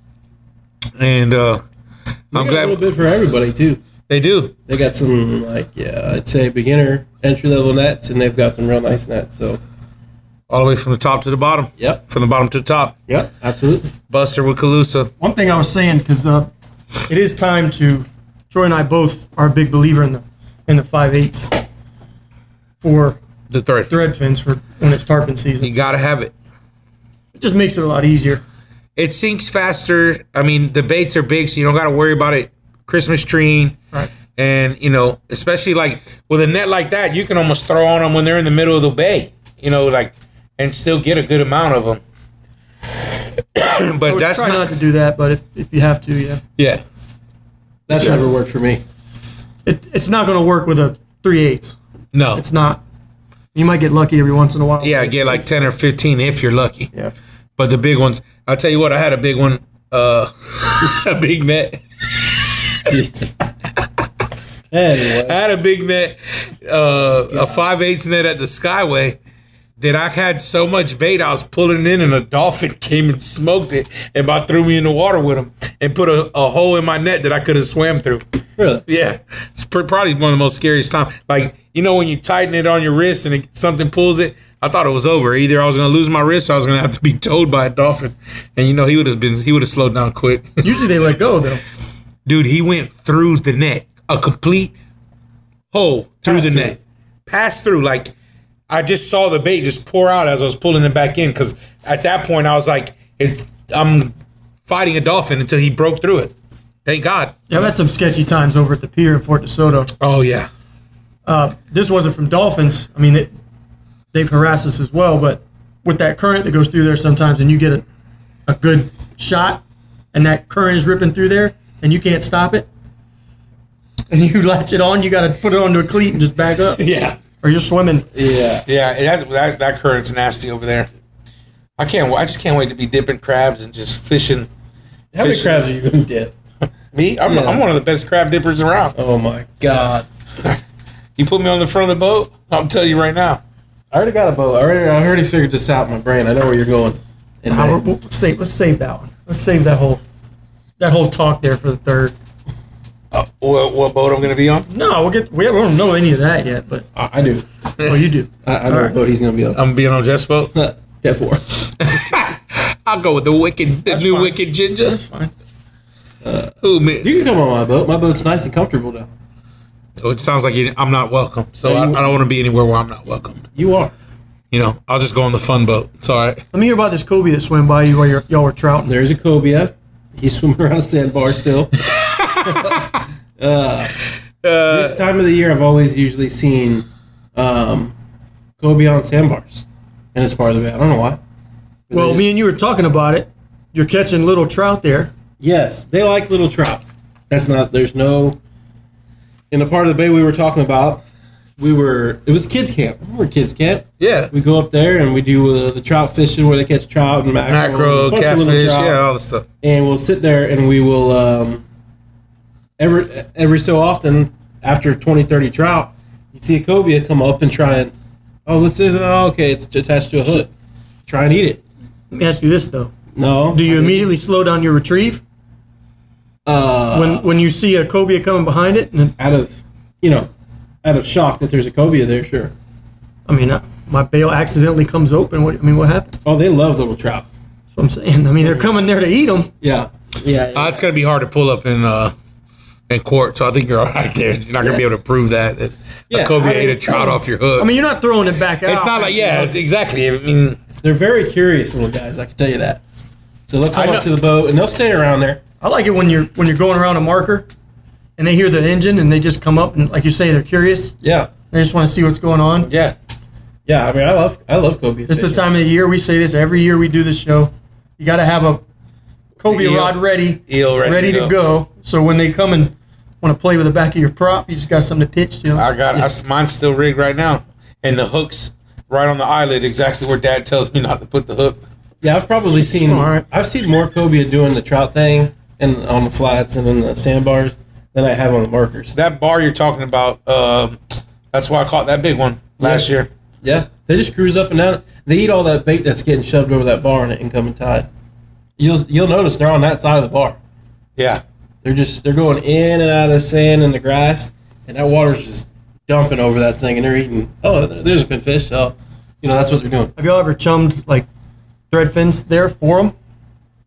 Speaker 5: And uh, I'm
Speaker 6: They got a little
Speaker 5: glad
Speaker 6: bit for everybody too.
Speaker 5: they do.
Speaker 6: They got some like yeah, I'd say beginner entry level nets, and they've got some real nice nets. So
Speaker 5: All the way from the top to the bottom.
Speaker 6: Yep.
Speaker 5: From the bottom to the top.
Speaker 6: yeah, absolutely.
Speaker 5: Buster with Calusa.
Speaker 7: One thing I was saying because uh, it is time to. Troy and I both are a big believer in the in the five eighths for
Speaker 5: The third.
Speaker 7: thread fins for when it's tarpon season.
Speaker 5: You gotta have it.
Speaker 7: It just makes it a lot easier.
Speaker 5: it sinks faster. I mean, the baits are big, so you don't got to worry about it. Christmas treeing,
Speaker 7: Right.
Speaker 5: and you know, especially like with a net like that, you can almost throw on them when they're in the middle of the bay. You know, like and still get a good amount of them.
Speaker 7: I
Speaker 5: but
Speaker 7: would
Speaker 5: that's
Speaker 7: try
Speaker 5: not,
Speaker 7: not, to do that, but if, if you have to, yeah,
Speaker 5: yeah.
Speaker 6: That's never worked for me.
Speaker 7: it, it's not going to work with a three eighths.
Speaker 5: No,
Speaker 7: It's not. You might get lucky every once in a while.
Speaker 5: yeah,
Speaker 7: It's-
Speaker 5: get like ten or fifteen if you're lucky.
Speaker 7: yeah.
Speaker 5: But the big ones, I'll tell you what, I had a big one, uh, a big net.
Speaker 6: Jesus. anyway,
Speaker 5: I had a big net, uh, a five eighths net at the Skyway that I had so much bait I was pulling in, and a dolphin came and smoked it and about threw me in the water with him and put a, a hole in my net that I could have swam through.
Speaker 6: Really?
Speaker 5: Yeah, it's pr- probably one of the most scariest time. Like you know when you tighten it on your wrist and it, something pulls it. I thought it was over. Either I was gonna lose my wrist or I was gonna have to be towed by a dolphin. And you know he would have been he would have slowed down quick.
Speaker 7: Usually they let go though.
Speaker 5: Dude, he went through the net, a complete hole through
Speaker 7: Passed
Speaker 5: the
Speaker 7: through.
Speaker 5: net, passed through. Like I just saw the bait just pour out as I was pulling it back in because at that point I was like, it's, I'm fighting a dolphin until he broke through it. Thank God.
Speaker 7: Yeah, I've had some sketchy times over at the pier in Fort DeSoto.
Speaker 5: Oh yeah.
Speaker 7: Uh, This wasn't from dolphins. I mean, it, they've harassed us as well, but with that current that goes through there sometimes, and you get a, a good shot, and that current is ripping through there, and you can't stop it, and you latch it on, you got to put it onto a cleat and just back up,
Speaker 5: Yeah.
Speaker 7: or you're swimming.
Speaker 6: Yeah.
Speaker 5: Yeah, it has, that that current's nasty over there. I can't. wa- I just can't wait to be dipping crabs and just fishing.
Speaker 6: How many
Speaker 5: Fishing.
Speaker 6: crabs are you gonna dip?
Speaker 5: Me, I'm,
Speaker 6: Yeah.
Speaker 5: I'm one of the best crab dippers around.
Speaker 6: Oh my god!
Speaker 5: You put me on the front of the boat, I'll tell you right now.
Speaker 6: I already got a boat. I already, I already figured this out in my brain. I know where you're going. And
Speaker 7: Now,
Speaker 6: I-
Speaker 7: we're- we'll save, let's save that one. Let's save that whole that whole talk there for the third.
Speaker 5: What, what boat I'm gonna be on?
Speaker 7: No, we'll get. We don't know any of that yet, but
Speaker 6: I do.
Speaker 7: well, you do.
Speaker 6: I, I know what
Speaker 7: Alright.
Speaker 6: boat he's gonna be on.
Speaker 5: I'm being on Jeff's boat.
Speaker 6: Death War.
Speaker 5: I'll go with the wicked, the
Speaker 7: That's
Speaker 5: new
Speaker 7: fine.
Speaker 5: wicked ginger.
Speaker 7: That's fine.
Speaker 5: Who man?
Speaker 6: You can come on my boat. My boat's nice and comfortable now.
Speaker 5: Oh, it sounds like you, I'm not welcome. So
Speaker 6: Yeah,
Speaker 5: I, I
Speaker 6: you-
Speaker 5: don't want to be anywhere where I'm not welcomed.
Speaker 6: You are.
Speaker 5: You know, I'll just go on the fun boat. It's all right.
Speaker 7: Let me hear about this Kobe that swam by you while you're, y'all were trouting.
Speaker 6: There's a cobia. He's swimming around a sandbar still. uh, this time of the year, I've always usually seen um, cobia on sandbars, and it's part of the bay. I don't know why. But
Speaker 7: Well,
Speaker 6: they
Speaker 7: me
Speaker 6: just-
Speaker 7: and you were talking about it. You're catching little trout there.
Speaker 6: yes, they like little trout. That's not. There's no. In the part of the bay we were talking about, we were. It was kids camp. Remember kids camp?
Speaker 5: Yeah,
Speaker 6: We go up there and we do uh, the trout fishing where they catch trout and mackerel, and a
Speaker 5: mackerel,
Speaker 6: bunch of little
Speaker 5: catfish,
Speaker 6: trout.
Speaker 5: yeah, all the stuff.
Speaker 6: and we'll sit there and we will um, every every so often after 20 30 trout you see a cobia come up and try and oh let's see oh, okay it's attached to a hook try and eat it
Speaker 7: Let me ask you this though:
Speaker 6: no
Speaker 7: Do you
Speaker 6: I mean,
Speaker 7: immediately slow down your retrieve
Speaker 6: uh,
Speaker 7: when when you see a cobia coming behind it? And then-
Speaker 6: out of you know out of shock that there's a cobia there sure
Speaker 7: I mean, uh, my bail accidentally comes open. What I mean, what happens?
Speaker 6: oh they love little trout
Speaker 7: That's what I'm saying. I mean, they're coming there to eat them.
Speaker 6: yeah yeah, yeah.
Speaker 5: Uh, it's gonna be hard to pull up in uh in court, so I think you're all right there. You're not gonna be able to prove that that
Speaker 6: Yeah,
Speaker 5: a cobia
Speaker 6: I
Speaker 5: ate a
Speaker 6: mean-
Speaker 5: trout off your hook.
Speaker 7: I mean, you're not throwing it back out.
Speaker 5: it's not like yeah,
Speaker 7: You know?
Speaker 5: it's exactly. I mean,
Speaker 6: they're very curious little guys i can tell you that so they'll come
Speaker 5: I
Speaker 6: up to
Speaker 5: know-
Speaker 6: the boat and they'll stay around there
Speaker 7: I like it when you're when you're going around a marker, and they hear the engine and they just come up and like you say, they're curious.
Speaker 6: yeah
Speaker 7: They just want to see what's going on.
Speaker 5: yeah,
Speaker 6: yeah i mean i love i love cobia
Speaker 7: This is the
Speaker 6: fishing.
Speaker 7: time of the year we say this every year we do this show. You got to have a Kobe
Speaker 5: Eel.
Speaker 7: rod ready,
Speaker 5: Eel ready to
Speaker 7: to go. So when they come and want to play with the back of your prop, you just got something to pitch to.
Speaker 5: I got I, mine's still rigged right now, and the hooks right on the eyelid, exactly where Dad tells me not to put the hook.
Speaker 6: Yeah, I've probably seen.
Speaker 7: Alright.
Speaker 6: I've seen more cobia doing the trout thing and on the flats and in the sandbars than I have on the markers.
Speaker 5: That bar you're talking about, um, that's why I caught that big one last
Speaker 6: Yeah.
Speaker 5: year.
Speaker 6: Yeah, they just cruise up and down. They eat all that bait that's getting shoved over that bar in an incoming tide. You'll you'll notice they're on that side of the bar.
Speaker 5: Yeah,
Speaker 6: They're just they're going in and out of the sand and the grass, and that water's just dumping over that thing, and they're eating. Oh, there's a big fish. Oh, you know that's what they're doing.
Speaker 7: Have y'all ever chummed like thread fins there for them?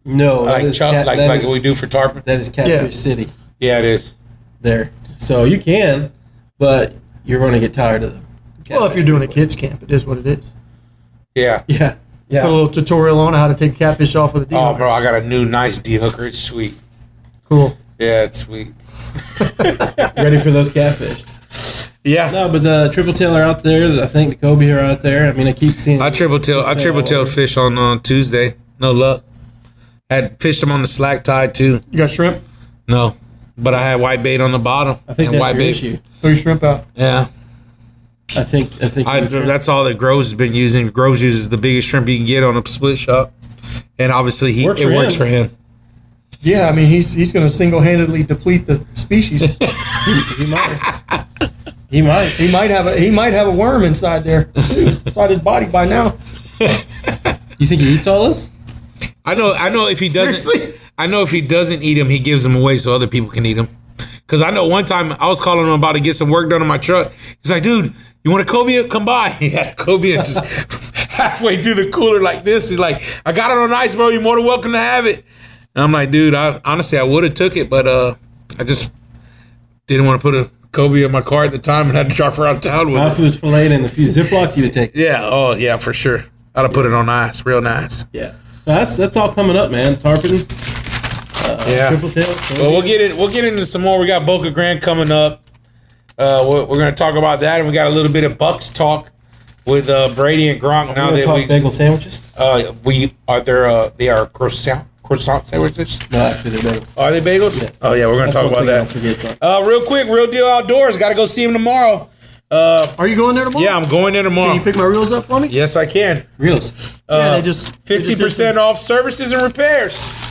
Speaker 6: No, that
Speaker 5: like
Speaker 6: is
Speaker 5: chop,
Speaker 6: cat-
Speaker 5: like
Speaker 6: that
Speaker 5: like
Speaker 6: is-
Speaker 5: what we do for tarpon.
Speaker 6: that is catfish
Speaker 7: Yeah.
Speaker 6: city.
Speaker 5: Yeah, it is.
Speaker 6: there. So you can, but you're going to get tired of them.
Speaker 7: Well, if you're doing a kids camp, it is what it is.
Speaker 5: Yeah.
Speaker 6: yeah, yeah,
Speaker 7: Put a little tutorial on how to take catfish off with a D.
Speaker 5: Oh, bro, I got a new nice D hooker. It's sweet.
Speaker 7: cool.
Speaker 5: Yeah, it's sweet.
Speaker 6: ready for those catfish.
Speaker 5: Yeah.
Speaker 6: No, but the triple tail are out there. I think the Kobe are out there. I mean, I keep seeing.
Speaker 5: I triple tail. I triple tailed fish on uh, Tuesday. No luck. Had fished them on the slack tide too.
Speaker 7: You got shrimp?
Speaker 5: No, but I had white bait on the bottom.
Speaker 6: I think
Speaker 5: and
Speaker 6: that's
Speaker 5: white
Speaker 6: your
Speaker 5: bait.
Speaker 6: issue.
Speaker 7: Throw your shrimp out.
Speaker 5: Yeah,
Speaker 6: I think. I think.
Speaker 5: I,
Speaker 6: you're-
Speaker 5: that's all that Groves has been using. Groves uses the biggest shrimp you can get on a split shot, and obviously he
Speaker 6: Works
Speaker 5: it
Speaker 6: for
Speaker 5: works
Speaker 6: him.
Speaker 5: for him.
Speaker 7: Yeah, I mean he's he's going to single handedly deplete the species.
Speaker 6: he might. He might.
Speaker 7: he might have a he might have a worm inside there too, inside his body by now.
Speaker 6: You think he eats all those?
Speaker 5: I know. I know if he doesn't.
Speaker 7: Seriously?
Speaker 5: I know if he doesn't eat them, he gives them away so other people can eat them. Cause I know one time I was calling him about to get some work done on my truck. He's like, dude, you want a cobia? Come by. He had a cobia just halfway through the cooler like this. He's like, I got it on ice, bro. You're more than welcome to have it. And I'm like, dude, I honestly I would have took it, but uh I just didn't want to put a cobia in my car at the time and had to drive around town with
Speaker 6: Now,
Speaker 5: it.
Speaker 6: if it was filleted and a few Ziplocs, you'd have taken it.
Speaker 5: Yeah. Oh, yeah, for sure. I'd have put it on ice, real nice.
Speaker 6: Yeah. Now, that's that's all coming up, man. Tarpon, triple
Speaker 5: Yeah.
Speaker 6: tail.
Speaker 5: Well, we'll get it. We'll get into some more. We got Boca Grande coming up. Uh, we're, we're going to talk about that, and we got a little bit of Bucks talk with uh, Brady and Gronk. Now
Speaker 6: We're gonna
Speaker 5: that
Speaker 6: talk
Speaker 5: we
Speaker 6: bagel sandwiches.
Speaker 5: uh, we are there, uh, they are croissant croissant sandwiches.
Speaker 6: No, actually, they're bagels.
Speaker 5: Are they bagels? Oh yeah, we're going to
Speaker 6: That's
Speaker 5: talk
Speaker 6: one
Speaker 5: about
Speaker 6: thing I don't
Speaker 5: that.
Speaker 6: forget. Son.
Speaker 5: Uh, real quick, real deal outdoors. Got to go see him tomorrow.
Speaker 7: Are you going there tomorrow?
Speaker 5: Yeah, I'm going there tomorrow.
Speaker 7: Can you pick my reels up for me?
Speaker 5: yes, I can.
Speaker 6: Reels.
Speaker 5: Uh,
Speaker 7: yeah, they just they just
Speaker 5: Fifteen
Speaker 7: did
Speaker 5: percent
Speaker 7: some-
Speaker 5: off services and repairs.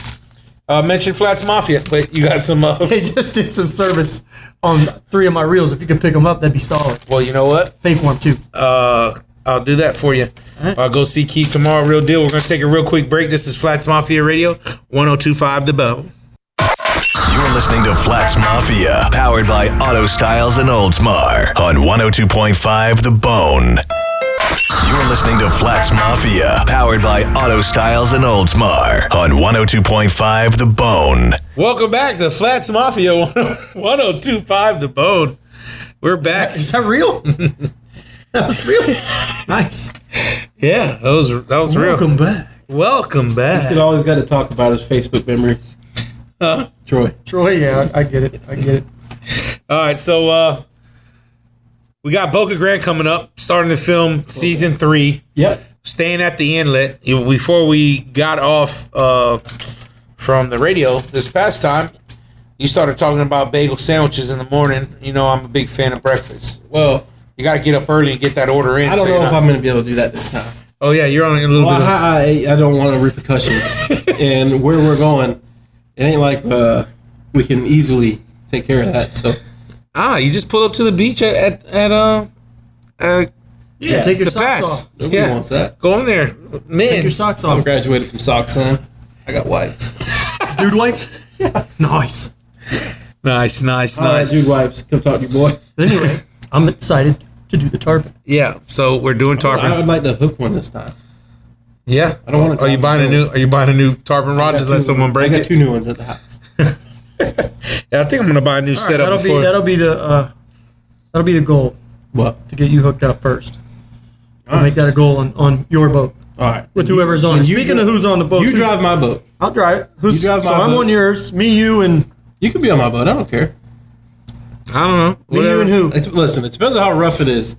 Speaker 5: Uh, mention Flats Mafia, but you got some. Uh,
Speaker 7: They just did some service on three of my reels. If you could pick them up, that'd be solid.
Speaker 5: well, you know what?
Speaker 7: Pay for them too.
Speaker 5: Uh, I'll do that for you. I'll go see Keith tomorrow. Real deal. We're gonna take a real quick break. This is Flats Mafia Radio, 102.5 The Bone.
Speaker 1: You're listening to Flats Mafia, powered by Auto Styles and Oldsmar on 102.5 The Bone. You're listening to Flats Mafia, powered by Auto Styles and Oldsmar on 102.5 The Bone.
Speaker 5: Welcome back to Flats Mafia, 102.5 The Bone. We're back.
Speaker 7: Is that real? that was real. Nice.
Speaker 5: Yeah, that was that was real.
Speaker 7: Welcome back,
Speaker 5: Welcome back.
Speaker 6: He's always got to talk about his Facebook memories. Troy.
Speaker 7: Troy. Yeah, I, I get it. I get it.
Speaker 5: All right, so uh, we got Boca Grant coming up, starting to film season three.
Speaker 6: Yep.
Speaker 5: staying at the inlet you- before we got off uh, from the radio this past time you started talking about bagel sandwiches in the morning you know i'm a big fan of breakfast
Speaker 6: Well,
Speaker 5: you got to get up early and get that order in
Speaker 6: I
Speaker 5: so
Speaker 6: don't
Speaker 5: you're
Speaker 6: know if
Speaker 5: not-
Speaker 6: I'm going to be able to do that this time.
Speaker 5: oh yeah you're on a little
Speaker 6: Well,
Speaker 5: bit of,
Speaker 6: I, I, I don't want the repercussions and where we're going. It ain't like uh, we can easily take care of that. So
Speaker 5: ah you just pull up to the beach at at, at uh, uh
Speaker 7: Yeah,
Speaker 6: Yeah,
Speaker 7: take your
Speaker 5: the
Speaker 7: socks
Speaker 5: pass
Speaker 7: off.
Speaker 6: nobody
Speaker 5: yeah
Speaker 6: wants that.
Speaker 5: go in there
Speaker 7: Take
Speaker 5: man
Speaker 7: your socks
Speaker 6: I'm
Speaker 7: off,
Speaker 6: graduated from sock son. I got wipes.
Speaker 7: dude. Wipes. Nice.
Speaker 5: nice nice
Speaker 6: All right,
Speaker 5: nice
Speaker 6: dude, wipes. Come talk to your boy.
Speaker 7: But anyway, I'm excited to do the tarpon.
Speaker 5: yeah so we're doing
Speaker 6: I would
Speaker 5: tarpon
Speaker 6: like to hook one this time.
Speaker 5: yeah i
Speaker 6: don't wanna
Speaker 5: are you
Speaker 6: tarpon.
Speaker 5: buying a new are you buying a new tarpon
Speaker 6: I
Speaker 5: rod to
Speaker 6: got
Speaker 5: let
Speaker 6: two-
Speaker 5: someone break
Speaker 6: I got
Speaker 5: it
Speaker 6: two new ones at the house.
Speaker 5: yeah, i think i'm gonna buy a new
Speaker 7: All right,
Speaker 5: setup
Speaker 7: that'll
Speaker 5: before
Speaker 7: be that'll be the uh, that'll be the goal
Speaker 6: What?
Speaker 7: to get you hooked up first. I'll make that a goal on, on your boat
Speaker 6: All right.
Speaker 7: with whoever's on. it.
Speaker 6: you
Speaker 7: Speaking
Speaker 6: dri-
Speaker 7: of who's on the boat,
Speaker 6: You
Speaker 7: who's-
Speaker 6: drive my boat.
Speaker 7: I'll drive it. Who's
Speaker 6: You drive
Speaker 7: so
Speaker 6: my
Speaker 7: I'm
Speaker 6: boat.
Speaker 7: on yours. Me, you, and
Speaker 6: You can be on my boat. I don't care.
Speaker 5: I don't know.
Speaker 7: me, you, and who?
Speaker 6: It's, listen, it depends on how rough it is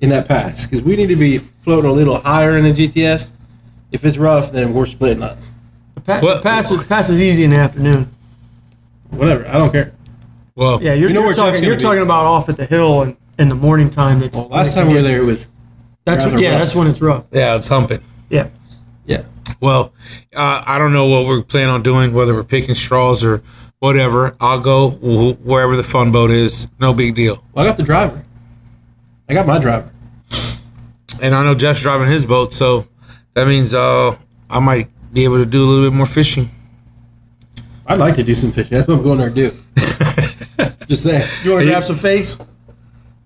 Speaker 6: in that pass because we need to be floating a little higher in the GTS. If it's rough, then we're splitting up.
Speaker 7: The pa-
Speaker 5: What-
Speaker 7: the pass is pass is easy in the afternoon.
Speaker 6: Whatever. I don't care.
Speaker 5: Well,
Speaker 7: Yeah, you're,
Speaker 6: You know
Speaker 7: you're
Speaker 6: where Jeff's
Speaker 7: talking.
Speaker 6: gonna
Speaker 7: You're
Speaker 6: be.
Speaker 7: talking about off at the hill and in the morning time. That's
Speaker 6: Well, last time we were there, it was
Speaker 7: That's
Speaker 6: rather
Speaker 7: yeah.
Speaker 6: rough.
Speaker 7: That's when it's rough.
Speaker 5: yeah, it's humping.
Speaker 7: Yeah.
Speaker 6: yeah.
Speaker 5: Well, uh, I don't know what we're planning on doing, whether we're picking straws or whatever. I'll go wh- wherever the fun boat is. No big deal.
Speaker 6: Well, I got the driver. I got my driver.
Speaker 5: And I know Jeff's driving his boat, so that means uh, I might be able to do a little bit more fishing.
Speaker 6: I'd like to do some fishing. That's what I'm going there to do. Just saying.
Speaker 7: You want to grab some fakes?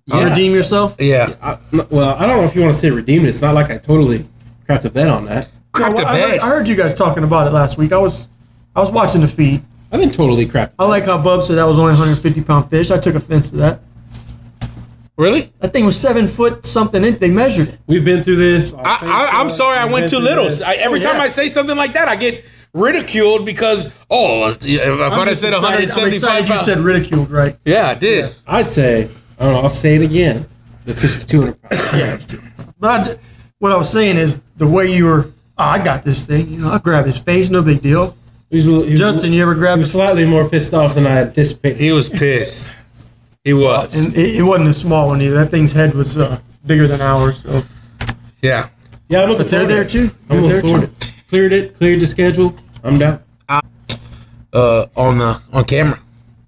Speaker 6: Yeah.
Speaker 7: Redeem yourself.
Speaker 5: Yeah,
Speaker 6: I, no, well, I don't know if you want to say redeemed. It's not like I totally cracked a bet on that.
Speaker 5: crap
Speaker 7: I,
Speaker 5: the
Speaker 7: I heard,
Speaker 5: bed.
Speaker 7: I heard you guys talking about it last week. I was I was watching the feed.
Speaker 6: I didn't totally crack.
Speaker 7: I like how Bub said that was only 150 pound fish. I took offense to that.
Speaker 5: Really?
Speaker 7: That thing was seven foot something. In, they measured it.
Speaker 6: We've been through this.
Speaker 5: I, I, I'm sorry, I went too little. I, every
Speaker 7: Yeah.
Speaker 5: time I say something like that, I get ridiculed because oh, if, if I'd have said
Speaker 7: excited- I'm
Speaker 5: 175
Speaker 7: excited You
Speaker 5: pounds,
Speaker 7: said ridiculed, right?
Speaker 5: yeah, I did.
Speaker 6: I'd say. I don't know. I'll say it again. The fish was 200 pounds.
Speaker 7: But I, d- what I was saying is the way you were. Oh, I got this thing. You know, I grabbed his face. No big deal.
Speaker 6: He was a little- he was a
Speaker 7: Justin,
Speaker 6: little-
Speaker 7: you ever
Speaker 6: he
Speaker 7: grabbed
Speaker 6: was
Speaker 7: his?
Speaker 6: slightly more pissed off than I anticipated.
Speaker 5: He was pissed. He was.
Speaker 7: And it, it wasn't a small one either. That thing's head was uh, bigger than ours. So.
Speaker 5: yeah.
Speaker 6: yeah, I'm looking
Speaker 7: But they're
Speaker 6: forward to
Speaker 7: there
Speaker 6: it.
Speaker 7: too.
Speaker 6: I'm
Speaker 7: They're
Speaker 6: looking
Speaker 7: there
Speaker 6: forward
Speaker 7: too.
Speaker 6: to it. Cleared it. Cleared the schedule. I'm down.
Speaker 5: uh, on the on camera.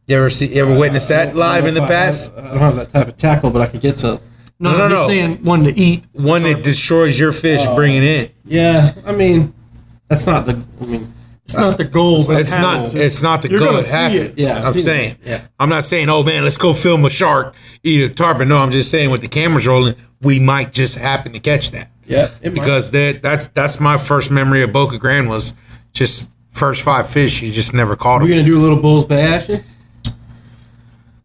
Speaker 5: You ever see? You ever witness that live in the
Speaker 6: I-
Speaker 5: past?
Speaker 6: I, I don't have that type of tackle, but I could get some.
Speaker 7: No,
Speaker 5: No, no,
Speaker 7: I'm just
Speaker 5: no.
Speaker 7: saying one to eat.
Speaker 6: Uh,
Speaker 5: One that destroys your fish, bringing in.
Speaker 6: Yeah, I mean, that's not the. I mean,
Speaker 7: It's not the goal, but
Speaker 5: It's not. It's not the
Speaker 7: You're
Speaker 5: goal.
Speaker 7: gonna
Speaker 5: It
Speaker 7: see
Speaker 5: happens.
Speaker 7: it.
Speaker 6: Yeah,
Speaker 5: I'm
Speaker 6: I've seen it.
Speaker 5: saying.
Speaker 6: Yeah.
Speaker 5: I'm not saying. Oh man, let's go film a shark eat a tarpon. No, I'm just saying with the cameras rolling, we might just happen to catch that.
Speaker 6: Yeah, it might.
Speaker 5: Because that that's that's my first memory of Boca Grande was just first five fish. You just never caught
Speaker 6: We're
Speaker 5: them.
Speaker 6: gonna do a little bulls by Ashley.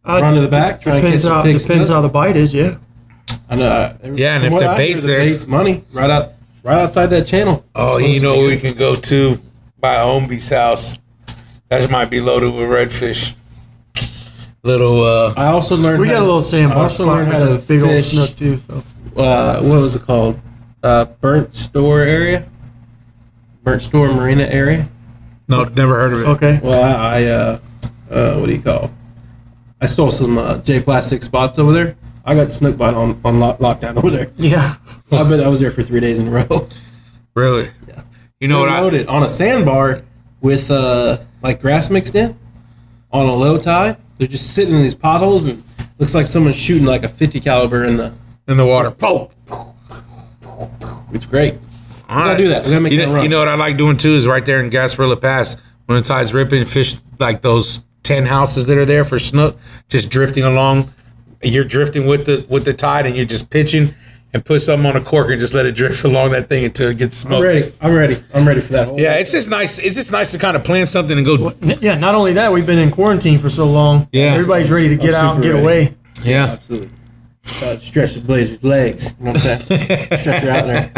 Speaker 7: Uh,
Speaker 6: Run to the back, try and catch
Speaker 7: Depends,
Speaker 6: some
Speaker 7: how,
Speaker 6: pigs.
Speaker 7: depends how the bite is, yeah.
Speaker 6: I know. I,
Speaker 5: Yeah, and
Speaker 6: from
Speaker 5: if
Speaker 6: what
Speaker 5: the
Speaker 6: I hear,
Speaker 5: bait's
Speaker 6: the
Speaker 5: there-
Speaker 6: bait's money right out, right outside that channel.
Speaker 5: Oh,
Speaker 6: It's
Speaker 5: you
Speaker 6: supposed
Speaker 5: know
Speaker 6: to
Speaker 5: where
Speaker 6: be
Speaker 5: we can go to by Ombi's house. That might be loaded with redfish. Little uh,
Speaker 6: I also learned.
Speaker 7: We
Speaker 6: how
Speaker 7: got a
Speaker 6: to-
Speaker 7: little
Speaker 6: I
Speaker 7: sandbar
Speaker 6: also
Speaker 7: spot
Speaker 6: learned
Speaker 7: that's
Speaker 6: how to
Speaker 7: a big old
Speaker 6: fish,
Speaker 7: snook too. So
Speaker 6: Uh, what was it called? Uh, burnt store area, burnt store marina area.
Speaker 5: no, never heard of it.
Speaker 7: okay,
Speaker 6: Well, I, I uh, uh, what do you call? I stole some uh, J plastic spots over there. I got snook bite on on lock, lockdown over there.
Speaker 7: yeah,
Speaker 6: I bet I was there for three days in a row.
Speaker 5: Really? Yeah. You know what I?
Speaker 6: loaded on a sandbar with uh, like grass mixed in on a low tide. They're just sitting in these potholes and looks like someone's shooting like a 50 caliber in the.
Speaker 5: In the water. Pope.
Speaker 6: It's great.
Speaker 5: All
Speaker 6: gotta do that. We gotta make
Speaker 5: you
Speaker 6: that
Speaker 5: know,
Speaker 6: run.
Speaker 5: you know what I like doing too is right there in Gasparilla Pass when the tide's ripping, fish like those ten houses that are there for snook, just drifting along. You're drifting with the with the tide, and you're just pitching and put something on a cork and just let it drift along that thing until it gets
Speaker 6: I'm
Speaker 5: smoked.
Speaker 6: ready. I'm ready. I'm ready for that. Whole
Speaker 5: Yeah, it's just nice. It's just nice to kind of plan something and go.
Speaker 7: N- yeah. Not only that, we've been in quarantine for so long.
Speaker 5: Yeah.
Speaker 7: everybody's ready to get
Speaker 6: I'm
Speaker 7: out and get
Speaker 6: super ready.
Speaker 7: away.
Speaker 5: Yeah,
Speaker 6: Absolutely. Uh, stretch the blazer's legs. You know what I'm saying? stretch her out there.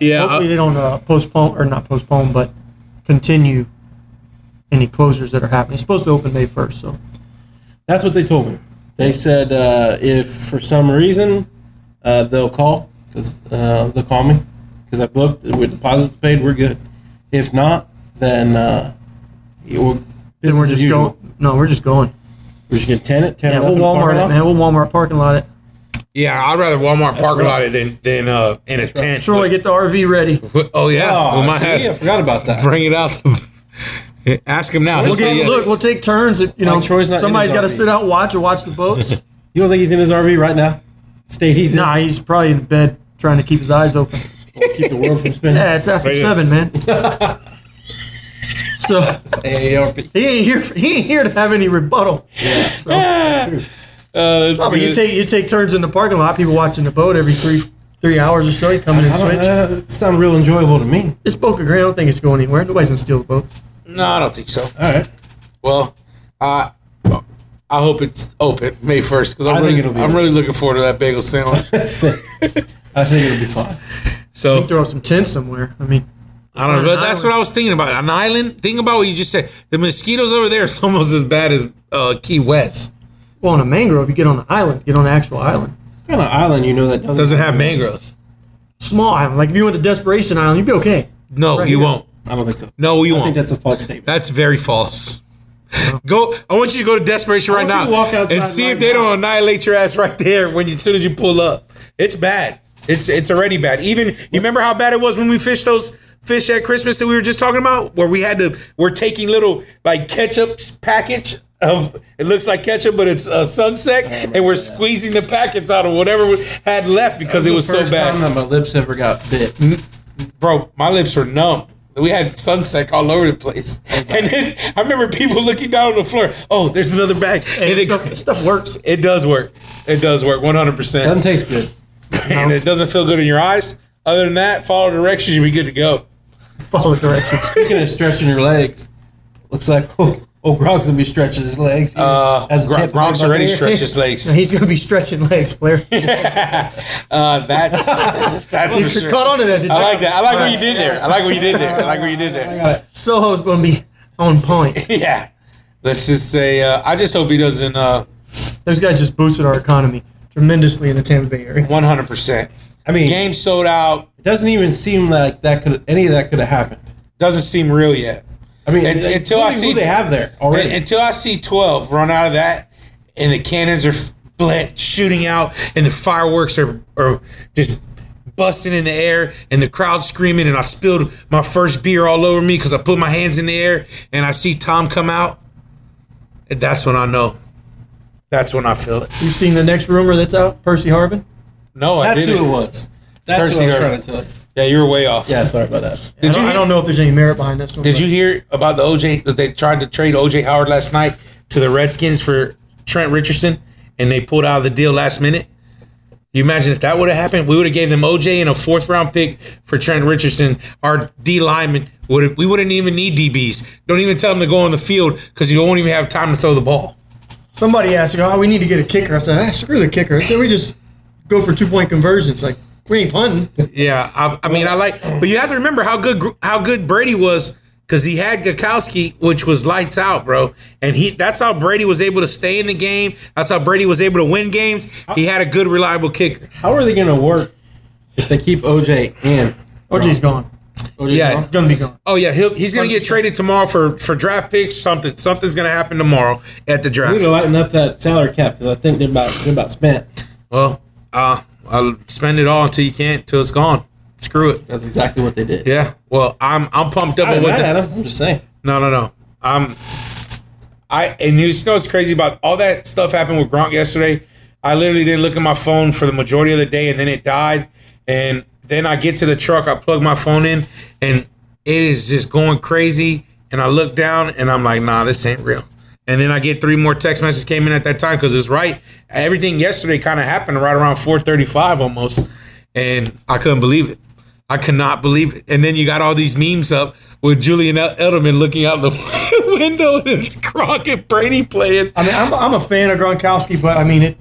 Speaker 5: yeah.
Speaker 7: Hopefully, they don't uh, postpone or not postpone, but continue any closures that are happening. It's supposed to open May first, so
Speaker 6: That's what they told me. They said uh, if for some reason uh, they'll call, because uh, they'll call me, because I booked, with deposits paid, we're good. If not, then uh, it will,
Speaker 7: then we're
Speaker 6: business as
Speaker 7: just
Speaker 6: usual.
Speaker 7: going. No, we're just going.
Speaker 6: We're just gonna tenant,
Speaker 7: Yeah,
Speaker 6: tenant
Speaker 7: we'll Walmart it, man. We'll Walmart parking lot it.
Speaker 5: yeah, I'd rather Walmart parking lot it than than uh, in a tent.
Speaker 7: Troy, get the RV ready.
Speaker 5: But- oh yeah,
Speaker 6: Oh,
Speaker 5: we might
Speaker 6: see, I
Speaker 5: have
Speaker 6: forgot about that.
Speaker 5: bring it out. Ask him now.
Speaker 7: We'll
Speaker 5: He'll say
Speaker 7: get,
Speaker 5: yes.
Speaker 7: Look, we'll take turns. If, you know,
Speaker 6: Like Troy's not in
Speaker 7: somebody's
Speaker 6: his
Speaker 7: got to
Speaker 6: RV.
Speaker 7: sit out and watch or watch the boats.
Speaker 6: You don't think he's in his RV right now? State he's
Speaker 7: nah, he's probably in bed trying to keep his eyes open.
Speaker 6: in. Keep the world from spinning.
Speaker 7: Yeah, it's after seven, man. so
Speaker 6: AARP.
Speaker 7: he ain't here. He ain't here to have any rebuttal. Yeah. So,
Speaker 5: Uh, it's
Speaker 7: No, but you
Speaker 5: good.
Speaker 7: take you take turns in the parking lot. People watching the boat every three three hours or so. You come in and
Speaker 6: I don't,
Speaker 7: switch.
Speaker 6: uh, it sounded real enjoyable to me.
Speaker 7: This Boca Grande, I don't think it's going anywhere. Nobody's gonna steal the boats.
Speaker 5: no, I don't think so.
Speaker 6: All right.
Speaker 5: Well, I I hope it's open May first because
Speaker 6: I
Speaker 5: I'm
Speaker 6: think
Speaker 5: really
Speaker 6: it'll be
Speaker 5: I'm
Speaker 6: open.
Speaker 5: really looking forward to that bagel sandwich.
Speaker 6: I think it'll be fine.
Speaker 5: so
Speaker 7: Throw up some tents somewhere. I mean,
Speaker 5: I don't know.
Speaker 7: An
Speaker 5: But that's
Speaker 7: island.
Speaker 5: what I was thinking about. An island. Think about what you just said. The mosquitoes over there is almost as bad as uh, Key West.
Speaker 7: well, on a mangrove, you get on an island. Get on an actual island,
Speaker 6: What kind of island you know that doesn't,
Speaker 5: Doesn't have mangroves.
Speaker 7: small island. Like if you went to Desperation Island, you'd be okay.
Speaker 5: No,
Speaker 7: Right
Speaker 5: you
Speaker 7: here.
Speaker 5: won't.
Speaker 6: I don't think so.
Speaker 5: No, you
Speaker 6: I
Speaker 5: won't.
Speaker 6: think
Speaker 5: That's,
Speaker 6: that's a false statement.
Speaker 5: very false. Go. I want you to go to desperation right
Speaker 6: want you
Speaker 5: now
Speaker 6: to walk outside
Speaker 5: and see
Speaker 6: right
Speaker 5: if they
Speaker 6: now.
Speaker 5: don't annihilate your ass right there when you, as soon as you pull up. It's bad. It's it's already bad. Even you remember how bad it was when we fished those fish at Christmas that we were just talking about, where we had to we're taking little like ketchup package of it looks like ketchup, but it's uh, sunset,
Speaker 6: Oh
Speaker 5: and we're squeezing the packets out of whatever we had left because it was so
Speaker 6: First
Speaker 5: bad
Speaker 6: time that my lips ever got bit.
Speaker 5: bro, my lips were numb. We had sunset all over the place, and then I remember people looking down on the floor. Oh, there's another bag. And
Speaker 7: Stuff,
Speaker 5: it,
Speaker 7: stuff works.
Speaker 5: it does work. It does work 100.
Speaker 6: Doesn't
Speaker 5: percent
Speaker 6: taste good.
Speaker 5: And it doesn't feel good in your eyes. Other than that, follow directions, you'll be good to go.
Speaker 7: Follow the directions.
Speaker 6: Speaking of stretching your legs, looks like oh, old Grog's gonna be stretching his legs.
Speaker 5: Uh,
Speaker 6: As a
Speaker 5: Gro-
Speaker 6: tip,
Speaker 5: Gronk's
Speaker 6: like,
Speaker 5: already
Speaker 6: "Hey,
Speaker 5: stretched his legs.
Speaker 7: He's gonna be stretching legs, player.
Speaker 5: Uh, that's that's for
Speaker 7: Did you
Speaker 5: sure.
Speaker 7: caught on to that? Did
Speaker 5: I
Speaker 7: you?
Speaker 5: like that. I like what you did there. I like what you did there. I like what you did there.
Speaker 7: Soho's gonna be on point.
Speaker 5: Yeah. Let's just say uh, I just hope he doesn't uh,
Speaker 7: Those guys just boosted our economy tremendously in the Tampa Bay area.
Speaker 5: 100%.
Speaker 6: I mean,
Speaker 5: Game sold out.
Speaker 6: it doesn't even seem like that could any of that could have happened.
Speaker 5: Doesn't seem real yet.
Speaker 6: I mean,
Speaker 5: And-
Speaker 6: like,
Speaker 5: until
Speaker 6: who
Speaker 5: I
Speaker 6: do-
Speaker 5: see-
Speaker 6: who they have there already.
Speaker 5: And- until I see 12 run out of that and the cannons are f- bled, shooting out and the fireworks are, are just busting in the air and the crowd screaming and I spilled my first beer all over me because I put my hands in the air and I see Tom come out. And that's when I know. That's when I feel it.
Speaker 7: You seen the next rumor that's out? Percy Harvin.
Speaker 5: No, I
Speaker 6: That's who
Speaker 5: didn't.
Speaker 6: it was. That's
Speaker 5: Percy
Speaker 6: what I was
Speaker 5: Harvin.
Speaker 6: trying to tell you.
Speaker 5: Yeah, you were way off.
Speaker 6: Yeah, sorry about that.
Speaker 7: I
Speaker 5: Did
Speaker 7: don't,
Speaker 5: you
Speaker 7: I don't know if there's any merit behind this one.
Speaker 5: Did
Speaker 7: but-
Speaker 5: you hear about the OJ that they tried to trade OJ Howard last night to the Redskins for Trent Richardson and they pulled out of the deal last minute? You imagine if that would have happened, we would have gave them OJ and a fourth round pick for Trent Richardson. Our D lineman would have, we wouldn't even need DBs. Don't even tell them to go on the field because you won't even have time to throw the ball.
Speaker 7: Somebody asked, "Oh, we need to get a kicker." I said, ah, "Screw the kicker." So we just go for two point conversions. Like we ain't punting.
Speaker 5: Yeah, I, I mean, I like, but you have to remember how good Gr- how good Brady was because he had Gakowski, which was lights out, bro. And he that's how Brady was able to stay in the game. That's how Brady was able to win games. He had a good, reliable kicker.
Speaker 6: How are they going to work if they keep OJ in?
Speaker 7: OJ's gone.
Speaker 6: OJ's
Speaker 5: Yeah.
Speaker 6: gone?
Speaker 7: He's gonna be gone.
Speaker 5: Oh yeah, he'll, he's gonna get traded tomorrow for for draft picks. Something something's gonna happen tomorrow at the
Speaker 6: We
Speaker 5: draft.
Speaker 6: need to lighten up that salary cap because I think they're about they're about spent.
Speaker 5: Well, uh, I'll spend it all until you can't, until it's gone. Screw it.
Speaker 6: That's exactly what they did.
Speaker 5: Yeah. Well, I'm I'm pumped up
Speaker 6: I'm
Speaker 5: with
Speaker 6: mad
Speaker 5: that.
Speaker 6: at him. I'm just saying.
Speaker 5: No, no, no. I'm. I and you know what's crazy about all that stuff happened with Gronk yesterday. I literally didn't look at my phone for the majority of the day, and then it died. And then I get to the truck, I plug my phone in, and it is just going crazy. And I look down, and I'm like, "Nah, this ain't real." And then I get three more text messages came in at that time because it's right. Everything yesterday kind of happened right around 4:35 almost, and I couldn't believe it. I cannot believe it. And then you got all these memes up with Julian El- Edelman looking out the window and it's Gronk and Brady playing.
Speaker 7: I mean, I'm, I'm a fan of Gronkowski, but I mean, it.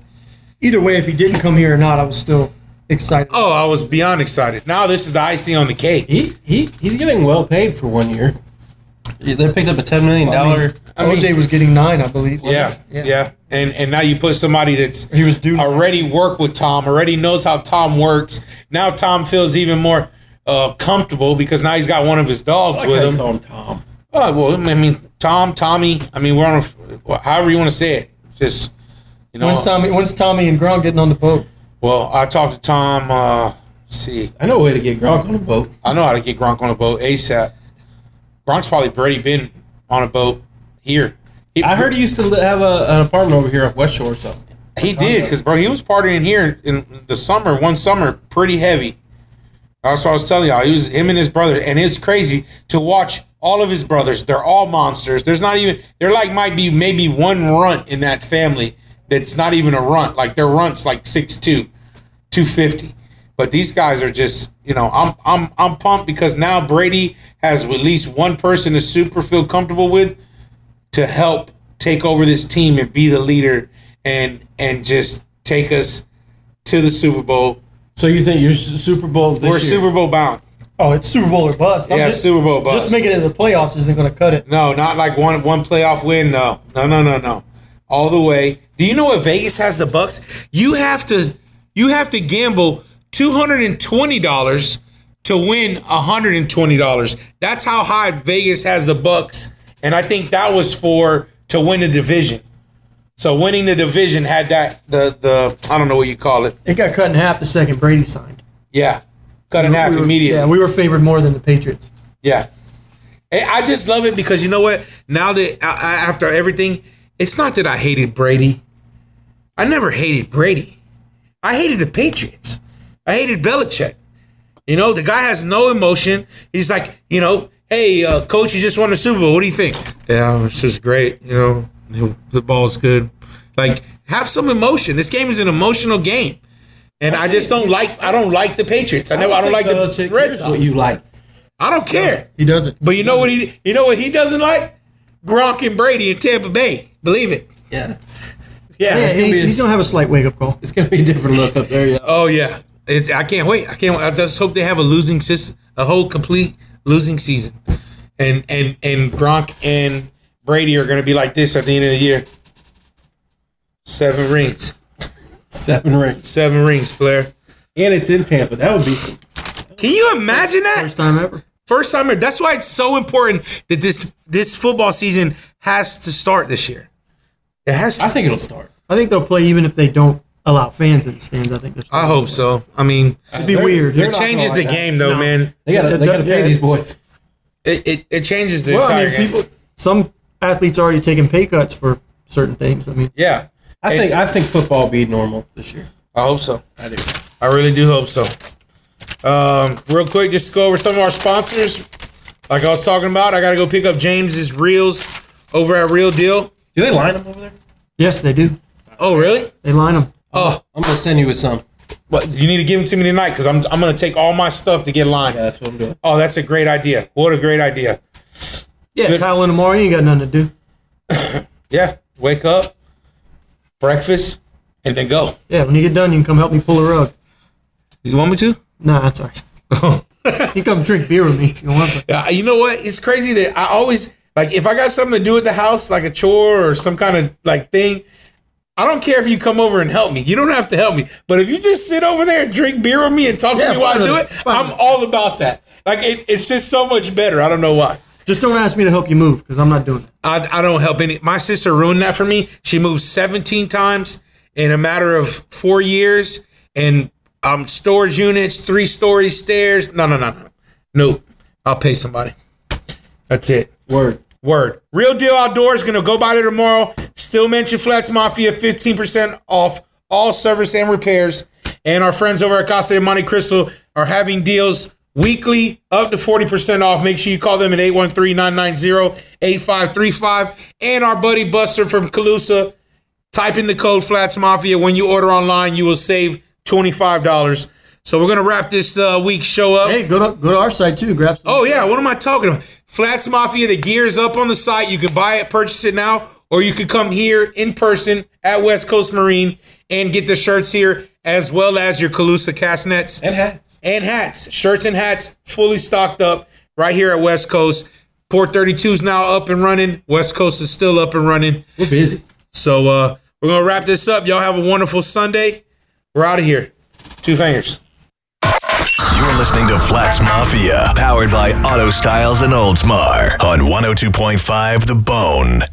Speaker 7: Either way, if he didn't come here or not, I was still excited.
Speaker 5: Oh, I was beyond excited. Now this is the icing on the cake.
Speaker 6: He he he's getting well paid for one year. They picked up a ten million
Speaker 7: I mean,
Speaker 6: dollar.
Speaker 7: OJ was getting nine, I believe. wasn't
Speaker 5: Yeah,
Speaker 7: he?
Speaker 5: yeah, And and now you put somebody that's
Speaker 7: He was due-
Speaker 5: already worked with Tom, already knows how Tom works. Now Tom feels even more uh, comfortable because now he's got one of his dogs with him.
Speaker 6: call him Tom.
Speaker 5: Oh well, I mean Tom, Tommy. I mean we're on a, however you want to say it. Just you know.
Speaker 7: When's Tommy? When's Tommy and Gronk getting on the boat?
Speaker 5: Well, I talked to Tom. Uh, let's see,
Speaker 6: I know a way to get Gronk on the boat.
Speaker 5: I know how to get Gronk on a boat ASAP. Gronk's probably already been on a boat here. He,
Speaker 6: I heard he used to li- have a, an apartment over here up West Shore or something.
Speaker 5: he did because bro, he was partying here in the summer, one summer, pretty heavy. That's what I was telling y'all. He was him and his brother, and it's crazy to watch all of his brothers. They're all monsters. There's not even there like might be maybe one runt in that family that's not even a runt. Like their runts like 6'2", 250. But these guys are just, you know, I'm I'm I'm pumped because now Brady has at least one person to super feel comfortable with to help take over this team and be the leader and and just take us to the Super Bowl.
Speaker 6: So you think you're s- Super Bowl this
Speaker 5: We're
Speaker 6: year?
Speaker 5: Super Bowl bound.
Speaker 7: Oh, it's Super Bowl or bust. I'm
Speaker 5: Yeah, Super Bowl bust.
Speaker 7: Just making it to the playoffs isn't going to cut it.
Speaker 5: No, not like one one playoff win. No, no, no, no, no. All the way. Do you know what Vegas has the Bucks? You have to you have to gamble two hundred and twenty dollars to win hundred and twenty dollars. That's how high Vegas has the Bucks, and I think that was for to win the division. So winning the division had that the the I don't know what you call it.
Speaker 7: It got cut in half the second Brady signed.
Speaker 5: Yeah, cut in half
Speaker 7: We were-
Speaker 5: immediately.
Speaker 7: Yeah, we were favored more than the Patriots.
Speaker 5: Yeah. And I just love it because you know what? Now that I, I, after everything, it's not that I hated Brady. I never hated Brady. I hated the Patriots. I hated Belichick. You know, the guy has no emotion. He's like, you know, hey, uh, coach, you just won the Super Bowl. What do you think? Yeah, this is great. You know, the, the ball's good. Like, have some emotion. This game is an emotional game. And I just don't like. I don't like the Patriots. I know I don't like the
Speaker 6: Belichick
Speaker 5: Red
Speaker 6: cares
Speaker 5: Sox.
Speaker 6: uh, What you like?
Speaker 5: I don't care.
Speaker 7: He doesn't.
Speaker 5: But you know what he you know what he doesn't like? Gronk and Brady in Tampa Bay. Believe it.
Speaker 6: Yeah,
Speaker 5: Yeah.
Speaker 7: Yeah,
Speaker 6: it's gonna
Speaker 7: he's,
Speaker 6: be a-
Speaker 7: he's going to have a slight wake up call.
Speaker 6: it's gonna be a different look up there. Yeah.
Speaker 5: Oh yeah. It's, I can't wait. I can't. I just hope they have a losing system, a whole complete losing season, and and and Gronk and Brady are going to be like this at the end of the year. Seven rings,
Speaker 6: Seven rings,
Speaker 5: seven rings, Blair.
Speaker 6: and it's in Tampa. That would be
Speaker 5: Can you imagine that?
Speaker 7: First time ever.
Speaker 5: First time. ever. That's why it's so important that this this football season has to start this year. It has to.
Speaker 6: I think it'll start.
Speaker 7: I think they'll play even if they don't allow fans in the stands. I think
Speaker 5: I hope so. I mean,
Speaker 7: it'd be weird.
Speaker 6: they're
Speaker 5: it
Speaker 6: not gonna
Speaker 5: changes
Speaker 6: like
Speaker 5: the
Speaker 6: that.
Speaker 5: game though,
Speaker 7: No.
Speaker 5: man.
Speaker 6: They gotta, they gotta pay
Speaker 7: Yeah.
Speaker 6: these boys.
Speaker 5: It, it, it changes the
Speaker 7: well, I
Speaker 5: entire game.
Speaker 7: mean, people. Some athletes already taking pay cuts for certain things. I mean,
Speaker 5: yeah,
Speaker 6: I think I think football will be normal this year.
Speaker 5: I hope so.
Speaker 6: I do.
Speaker 5: I really do hope so. Um, real quick, just go over some of our sponsors. Like I was talking about, I gotta go pick up James's reels over at Real Deal.
Speaker 6: Do they line them over there?
Speaker 7: Yes, they do.
Speaker 5: Oh, really?
Speaker 7: They line them.
Speaker 5: Oh,
Speaker 6: I'm gonna send you with some.
Speaker 5: but you need to give them to me tonight because I'm I'm gonna take all my stuff to get lined.
Speaker 6: Yeah, that's what I'm doing.
Speaker 5: Oh, that's a great idea. What a great idea.
Speaker 7: Yeah, it's Halloween tomorrow. You ain't got nothing to do.
Speaker 5: Yeah, wake up, breakfast, and then go.
Speaker 7: Yeah, when you get done, you can come help me pull a rug.
Speaker 5: You want me to?
Speaker 7: Nah, that's all right. you come drink beer with me if you want. but-
Speaker 5: Yeah, you know what? It's crazy that I always like if I got something to do at the house, like a chore or some kind of like thing. I don't care if you come over and help me. You don't have to help me, but if you just sit over there and drink beer with me and talk
Speaker 7: Yeah,
Speaker 5: to me while I
Speaker 7: fine
Speaker 5: do it,
Speaker 7: with it. Fine
Speaker 5: I'm
Speaker 7: with it.
Speaker 5: all about that. Like it, it's just so much better. I don't know why.
Speaker 7: Just don't ask me to help you move because I'm not doing it.
Speaker 5: I, I don't help any. My sister ruined that for me. She moved 17 times in a matter of four years, and um, storage units, three story stairs. No, no, no, no, nope. I'll pay somebody. That's it.
Speaker 6: Word.
Speaker 5: Word. Real deal outdoors. Gonna go by there tomorrow. Still mention Flex Mafia. 15% off all service and repairs. And our friends over at Casa de Monte Cristo are having deals weekly up to 40% off. Make sure you call them at 813-990-8535. And our buddy Buster from Calusa. Type in the code Flats Mafia. When you order online, you will save $25. So we're gonna wrap this uh, week's show up.
Speaker 7: Hey, go to go to our site too. Grab some.
Speaker 5: Oh yeah, what am I talking about? Flats Mafia, the gear is up on the site. You can buy it, purchase it now, or you can come here in person at West Coast Marine and get the shirts here, as well as your Calusa cast nets
Speaker 6: And hats.
Speaker 5: and hats, shirts and hats, fully stocked up right here at West Coast. Port 32 is now up and running. West Coast is still up and running.
Speaker 6: We're busy.
Speaker 5: So uh, we're gonna wrap this up. Y'all have a wonderful Sunday. We're out of here. Two fingers.
Speaker 1: You're listening to Flats oh Mafia, powered by Auto Styles and Oldsmar on 102.5 The Bone.